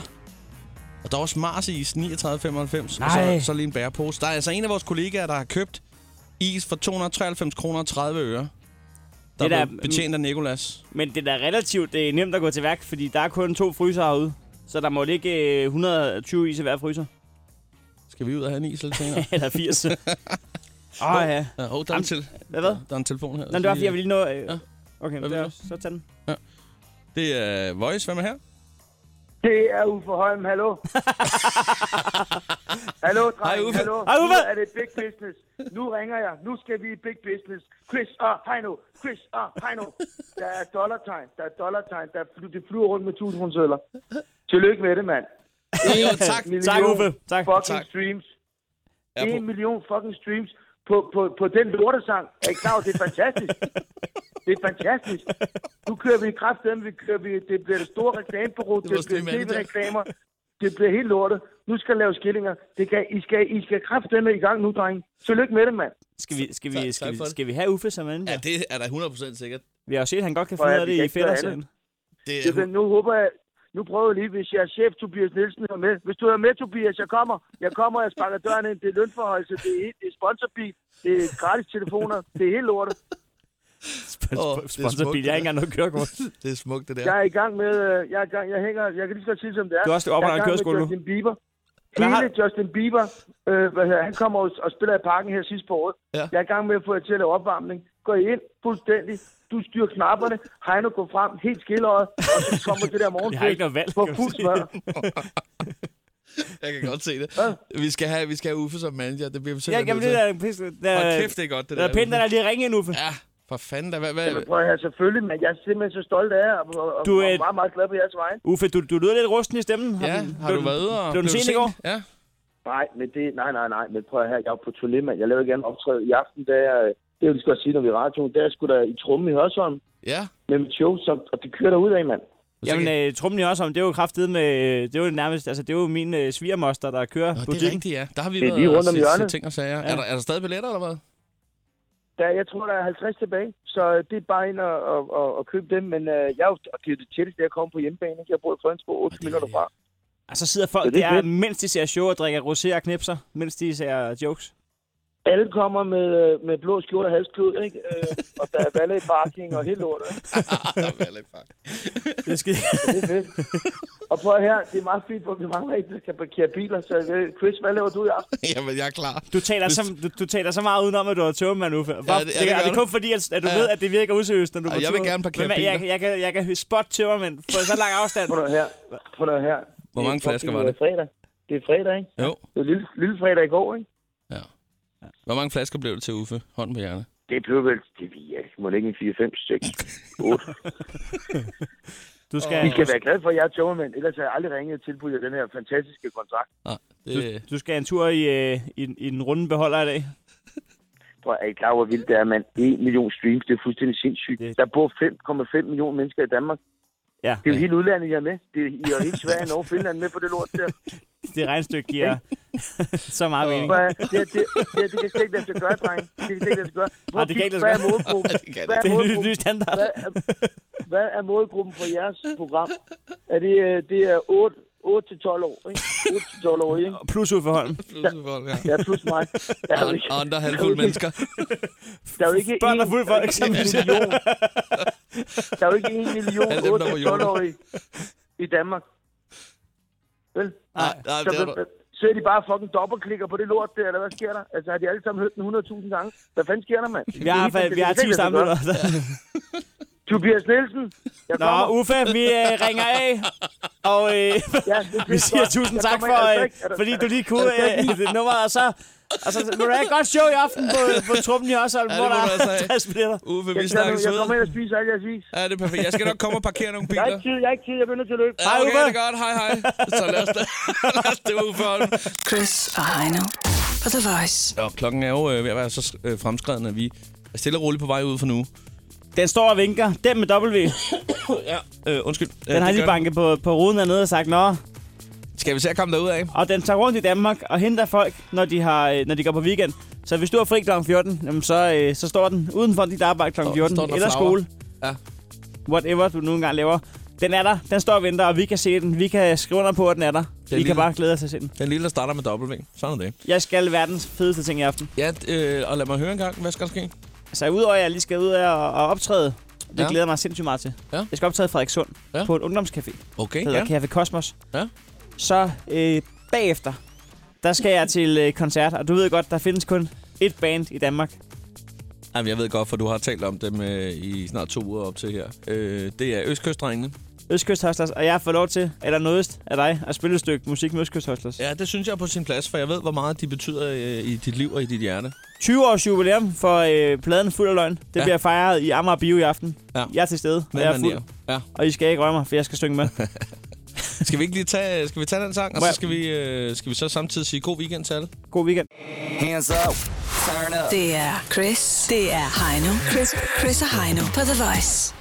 Speaker 2: Og der er også Mars is 39,95. Og
Speaker 3: Nej.
Speaker 2: så, så lige en bærepose. Der er altså en af vores kollegaer, der har købt is for 293 kroner og 30 øre. Der
Speaker 3: Det er
Speaker 2: det
Speaker 3: da-
Speaker 2: blev betjent af Nikolas.
Speaker 3: Men det er da relativt det er nemt at gå til værk, fordi der er kun to fryser herude. Så der må ligge øh, 120 is i hver fryser. [LAUGHS]
Speaker 2: Skal vi ud og have en is lidt senere?
Speaker 3: Eller
Speaker 2: [LAUGHS]
Speaker 3: 80. Åh, oh, ja.
Speaker 2: Ja, oh, der, er en
Speaker 3: Jamen,
Speaker 2: til,
Speaker 3: Hvad hvad?
Speaker 2: der er en telefon her.
Speaker 3: Nå, det var, fordi jeg ville nå... Øh,
Speaker 2: Ja.
Speaker 3: okay,
Speaker 2: Hvad
Speaker 3: det
Speaker 2: vil
Speaker 3: er,
Speaker 2: du?
Speaker 3: så tag den.
Speaker 2: Det er Voice, hvem er
Speaker 3: [LAUGHS]
Speaker 2: her?
Speaker 6: Det er Uffe Holm,
Speaker 2: [LAUGHS]
Speaker 6: hallo. hallo, dreng,
Speaker 2: Hej, Uffe.
Speaker 6: hallo.
Speaker 3: Hej, Uffe.
Speaker 6: Nu er det big business. Nu ringer jeg. Nu skal vi i big business. Chris og Heino. Chris og Heino. Der er dollartegn. Der er dollartegn. Der fly, det flyver rundt med 1000 kroner Tillykke med det, mand.
Speaker 2: jo, tak.
Speaker 6: Million
Speaker 3: Tak, Uffe. Tak.
Speaker 6: Fucking
Speaker 2: [LAUGHS] Tak.
Speaker 6: streams.
Speaker 2: Ja,
Speaker 6: En
Speaker 2: på-
Speaker 6: million fucking streams på, på, på den lortesang. Er I klar over, det er fantastisk? Det er fantastisk. Nu kører vi i kraft dem, vi kører vi, det bliver det store reklamebureau, det,
Speaker 2: vores
Speaker 6: bliver
Speaker 2: nye manager.
Speaker 6: tv-reklamer, det bliver helt lortet. Nu skal jeg lave skillinger. Det kan, I skal, I skal kraft dem i gang nu, drenge. Tillykke med det, mand.
Speaker 3: Skal vi, skal
Speaker 2: Tak-
Speaker 3: vi,
Speaker 2: tak
Speaker 3: skal vi,
Speaker 2: for det.
Speaker 3: skal vi have Uffe som anden?
Speaker 2: Ja, det er da 100% sikkert.
Speaker 3: Vi har jo set, at han godt kan
Speaker 6: Prøv
Speaker 3: finde ud
Speaker 6: at
Speaker 3: af
Speaker 6: vi
Speaker 3: det i
Speaker 6: kan ikke gøre andet.
Speaker 3: [LAUGHS]
Speaker 2: Det
Speaker 3: fætterserien.
Speaker 6: Det,
Speaker 2: er,
Speaker 6: nu håber jeg, nu prøver jeg lige, hvis jeg er chef Tobias Nielsen er med. Hvis du er med, Tobias, jeg kommer. Jeg kommer, jeg sparker døren ind. Det er lønforhøjelse, det er, det er sponsorbil, det er gratis telefoner, det er helt lortet.
Speaker 2: Åh, det er
Speaker 3: Sponsorbil,
Speaker 2: smukt,
Speaker 3: jeg har
Speaker 2: det
Speaker 3: ikke engang noget kørekort.
Speaker 2: [LAUGHS] det er smukt, det der.
Speaker 6: Jeg er i gang med, øh, jeg er i gang, jeg hænger, jeg kan lige så godt sige, som det er.
Speaker 3: Du er også oppe
Speaker 6: Jeg
Speaker 3: under en
Speaker 6: i gang med
Speaker 3: køreskole nu.
Speaker 6: Justin Bieber.
Speaker 3: Hvad
Speaker 6: Hele
Speaker 3: har-
Speaker 6: har... Justin Bieber, øh, hvad hedder, han kommer og, og spiller i parken her sidst på året.
Speaker 2: Ja.
Speaker 6: Jeg er i gang med at få jer til at lave opvarmning. Gå ind fuldstændig. Du styrer knapperne. Heino går frem helt skilleret. Og så kommer det der
Speaker 3: [LAUGHS]
Speaker 6: morgen
Speaker 3: Jeg har ikke noget valg,
Speaker 6: på
Speaker 3: kan man
Speaker 6: fuld
Speaker 3: sige.
Speaker 6: smør.
Speaker 2: [LAUGHS] Jeg kan godt se det. Vi skal have, vi skal have Uffe som manager. Det bliver vi
Speaker 3: Ja,
Speaker 2: simpelthen
Speaker 3: jamen det
Speaker 2: nødt
Speaker 3: der pisse. Der,
Speaker 2: til. Hold kæft, det er godt, det
Speaker 3: der
Speaker 2: der.
Speaker 3: er pænt, der
Speaker 2: Uffe.
Speaker 3: er lige ringe nu. Uffe.
Speaker 2: Ja, for fanden da. Hvad, hvad?
Speaker 6: Jamen, prøv at høre, selvfølgelig, men jeg er simpelthen så stolt af jer, og, og, og,
Speaker 3: Du er-
Speaker 6: og meget, meget glad på jeres vej.
Speaker 3: Uffe, du, du lyder lidt rusten i stemmen.
Speaker 2: Ja,
Speaker 3: den-
Speaker 2: har du været ude og...
Speaker 3: Blev den
Speaker 2: blev
Speaker 3: sen i går?
Speaker 2: Ja.
Speaker 6: Nej, men det, nej, nej, nej, men prøv at høre, jeg er på turné, mand. Jeg laver ikke andet optræde i aften, da jeg, det vil jeg lige så godt sige, når vi er i radioen, der skulle der i trummen i Hørsholm,
Speaker 2: Ja.
Speaker 6: med mit show, så, og det kører derud af, mand.
Speaker 3: Jamen, øh, trummen også om, det er jo kraftedet med... Det er jo nærmest... Altså, det er jo min øh, svigermoster, der kører
Speaker 2: Nå, det er
Speaker 3: butikken.
Speaker 2: rigtigt, ja. Der har vi
Speaker 6: Det er
Speaker 2: været
Speaker 6: lige rundt om
Speaker 2: og set-
Speaker 6: hjørnet.
Speaker 2: set ting og sager. Er, der, er der stadig billetter, eller
Speaker 3: [LAUGHS]
Speaker 2: hvad? [LAUGHS]
Speaker 6: Der, jeg tror, der er 50 tilbage, så øh, det er bare ind og, og, og, og købe dem. Men øh, jeg er jo og det er jo det tætteste, jeg kommer på hjemmebane. Ikke? Jeg bor i Fredensborg, 8 minutter derfra.
Speaker 3: Og så Altså, sidder
Speaker 6: Ja,
Speaker 3: folk
Speaker 6: det er
Speaker 3: der,
Speaker 6: fedt.
Speaker 3: mens de ser show og drikker rosé og knipser, mens de ser jokes.
Speaker 6: Alle kommer med, øh, med blå skjorte og halsklud, ikke? Øh, og der er valet i parking og helt lort. ikke?
Speaker 3: Det er skide...
Speaker 6: Det er fedt. Og prøv her, det er meget fint, for vi mangler ikke, der kan parkere biler. Så øh, Chris, hvad laver du i aften?
Speaker 2: Jamen, jeg er klar.
Speaker 3: Du taler, så, du, du taler så meget udenom, at du er tømmermand, Uffe. Hvor,
Speaker 2: det- ja,
Speaker 3: ja, det,
Speaker 2: det
Speaker 3: det, er
Speaker 2: gør
Speaker 3: det
Speaker 2: du.
Speaker 3: kun fordi, at, at du
Speaker 2: Ja.
Speaker 3: ved, at det virker useriøst, når du er
Speaker 2: Og
Speaker 3: på
Speaker 2: jeg vil
Speaker 3: tur?
Speaker 2: gerne parkere
Speaker 3: Men jeg,
Speaker 2: biler.
Speaker 3: jeg, jeg, kan, jeg kan spotte tømmermænd på så lang afstand.
Speaker 6: Prøv nu her. Prøv nu her.
Speaker 2: Hvor mange flasker var det?
Speaker 6: øh, Fredag. Det er fredag, ikke?
Speaker 2: Jo.
Speaker 6: Det var lille, lille fredag i går, ikke?
Speaker 2: Hvor mange flasker blev det til, Uffe? Hånden på hjertet.
Speaker 6: Det blev vel, det ved jeg ikke, må det ikke en 4, 5, 6, 8.
Speaker 3: Du skal,
Speaker 6: I skal være glade for, at jeg er tømmermænd, ellers har jeg aldrig ringet og tilbudt jer den her fantastiske kontrakt.
Speaker 3: du, du skal en tur i, øh, i, i den runde beholder i dag.
Speaker 6: Prøv, er I klar over, hvor vildt det er, mand? 1 million streams, det er fuldstændig sindssygt.
Speaker 3: Det-
Speaker 6: Der bor 5,5 millioner mennesker i Danmark.
Speaker 3: Ja,
Speaker 6: Det er jo hele udlandet, jeg er med. Det er, I har hele Sverige, Norge, Finland med på det lort der.
Speaker 3: det regnstykke
Speaker 6: [LAUGHS]
Speaker 3: giver [LAUGHS] så meget mening.
Speaker 6: Prøv, at- det, her, det, det, her, det kan slet ikke lade sig gøre, dreng. Det kan slet ikke lade sig gøre. Hvor,
Speaker 3: Nej, det kan ikke lade sig
Speaker 6: hvad er
Speaker 3: gøre.
Speaker 6: målgruppen?
Speaker 2: Det kan
Speaker 6: Hvad
Speaker 2: det.
Speaker 6: er
Speaker 3: [LAUGHS] Det er en ny,
Speaker 6: målgruppen?
Speaker 3: ny standard.
Speaker 6: Hvad er, hvad er målgruppen for jeres program? Er det, øh, det er 8, 8 til 12 år, ikke? 8 til 12
Speaker 2: [LAUGHS]
Speaker 6: år, ikke?
Speaker 3: Plus Uffe Holm.
Speaker 6: Ja, plus mig. Der er jo
Speaker 2: Og-
Speaker 6: ikke,
Speaker 2: Og andre halvfulde mennesker.
Speaker 6: der er jo ikke
Speaker 3: Børn
Speaker 6: en-
Speaker 3: og fuld
Speaker 6: der er jo
Speaker 3: folk,
Speaker 6: ikke
Speaker 3: som
Speaker 6: en
Speaker 3: vi siger.
Speaker 6: million. Der er jo ikke en million
Speaker 2: Alle dem, der
Speaker 6: 8
Speaker 2: var
Speaker 6: til 12 år i, i Danmark. Vel?
Speaker 2: Nej, nej,
Speaker 6: Så
Speaker 2: det er der.
Speaker 6: hvem- sidder de bare og fucking dobbeltklikker på det lort der, eller hvad sker der? Altså, har de alle sammen hørt den 100.000 gange? Hvad fanden sker der, mand? ligesom-
Speaker 3: Vi har, fa- vi har 10 samtaler.
Speaker 6: Tobias Nielsen, jeg
Speaker 3: Nå,
Speaker 6: kommer.
Speaker 3: Uffe, vi øh, ringer af, og øh,
Speaker 6: Ja, det er
Speaker 3: vi
Speaker 6: fedt,
Speaker 3: siger
Speaker 6: godt.
Speaker 3: tusind
Speaker 6: Jeg
Speaker 3: tak
Speaker 6: kommer
Speaker 3: for, øh,
Speaker 6: ikke. Er der ikke- er der-
Speaker 3: fordi
Speaker 6: er
Speaker 3: du lige kunne øh, det nummer, og så... Og så må du have et godt show i aften på, på truppen i Hørsholm,
Speaker 2: Ja,
Speaker 3: ja,
Speaker 2: det
Speaker 3: hvor
Speaker 2: må
Speaker 3: der
Speaker 2: du altså
Speaker 3: er
Speaker 2: have.
Speaker 3: 60 billetter.
Speaker 2: Uffe, vi
Speaker 6: Jeg, tager nu-
Speaker 2: snakkes
Speaker 6: jeg
Speaker 2: ud.
Speaker 6: kommer ind og spiser alt, jeg siger.
Speaker 2: Ja, det er perfekt. Jeg skal nok komme og parkere nogle
Speaker 6: Jeg har
Speaker 2: biler.
Speaker 6: ikke tid, jeg har ikke tid, jeg bliver nødt til at løbe.
Speaker 2: Ja, okay,
Speaker 3: Uffe.
Speaker 2: det er godt. Hej, hej. Så lad os da. [LAUGHS] lad os det Uffe Holm.
Speaker 1: Chris og Heino på The Voice.
Speaker 2: Og klokken er jo øh, ved at være så øh, fremskreden, at vi er stille og roligt på vej ud for nu.
Speaker 3: Den står og vinker. Den med W.
Speaker 2: ja. Øh, undskyld. Øh,
Speaker 3: Den har
Speaker 2: det
Speaker 3: lige
Speaker 2: gør
Speaker 3: banket på, på ruden dernede og sagt, nå.
Speaker 2: Skal vi se at komme derud af?
Speaker 3: Og den tager rundt i Danmark og henter folk, når de, har, øh, når de går på weekend. Så hvis du har fri kl. 14, jamen så, øh, så står den uden for dit arbejde kl.
Speaker 2: Står-
Speaker 3: 14.
Speaker 2: står den og
Speaker 3: Eller
Speaker 2: flagrer.
Speaker 3: skole.
Speaker 2: Ja.
Speaker 3: Whatever du nu engang laver. Den er der. Den står og venter, og vi kan se den. Vi kan skrive under på, at den er der. Vi
Speaker 2: lille.
Speaker 3: kan bare glæde os til at se den.
Speaker 2: Den lille, der starter med W. Sådan er det.
Speaker 3: Jeg skal verdens fedeste ting i aften.
Speaker 2: Ja, d- øh, og lad mig høre en gang. Hvad skal der ske?
Speaker 3: Så Altså, udover at jeg lige skal ud og, og optræde, det
Speaker 2: Ja.
Speaker 3: ja. glæder jeg mig sindssygt meget til.
Speaker 2: Ja.
Speaker 3: Jeg skal optræde i Frederikssund
Speaker 2: Ja.
Speaker 3: ja. på en ungdomscafé,
Speaker 2: Okay,
Speaker 3: der hedder
Speaker 2: ja.
Speaker 3: Café Cosmos.
Speaker 2: Ja.
Speaker 3: Så øh, bagefter, der skal jeg til øh, koncert, og du ved godt, der findes kun ét band i Danmark.
Speaker 2: Jamen, jeg ved godt, for du har talt om dem øh, i snart to uger op til her. Øh, det er Østkystdrengene.
Speaker 3: Østkyst Hustlers, og jeg har fået lov til, eller nådest af dig, at spille et stykke musik med Østkyst Hustlers. Ja.
Speaker 2: Ja, det synes jeg er på sin plads, for jeg ved, hvor meget de betyder øh, i dit liv og i dit hjerte.
Speaker 3: 20 års jubilæum for øh, pladen Fuld af Løgn. Det
Speaker 2: Ja.
Speaker 3: ja. bliver fejret i Amager Bio i aften.
Speaker 2: Ja.
Speaker 3: Jeg er til stede, og
Speaker 2: Med
Speaker 3: jeg er
Speaker 2: manerer.
Speaker 3: fuld,
Speaker 2: Ja.
Speaker 3: og I skal ikke røre mig, for jeg skal synge
Speaker 2: [LAUGHS]
Speaker 3: med.
Speaker 2: Skal vi ikke lige tage, skal vi tage den sang, og
Speaker 3: Må
Speaker 2: så
Speaker 3: jeg-
Speaker 2: skal vi, øh, skal vi så samtidig sige god weekend til alle?
Speaker 3: God weekend.
Speaker 9: Hands up. Turn up.
Speaker 1: Det er Chris. Det er Heino. Chris, Chris og Heino på The Voice.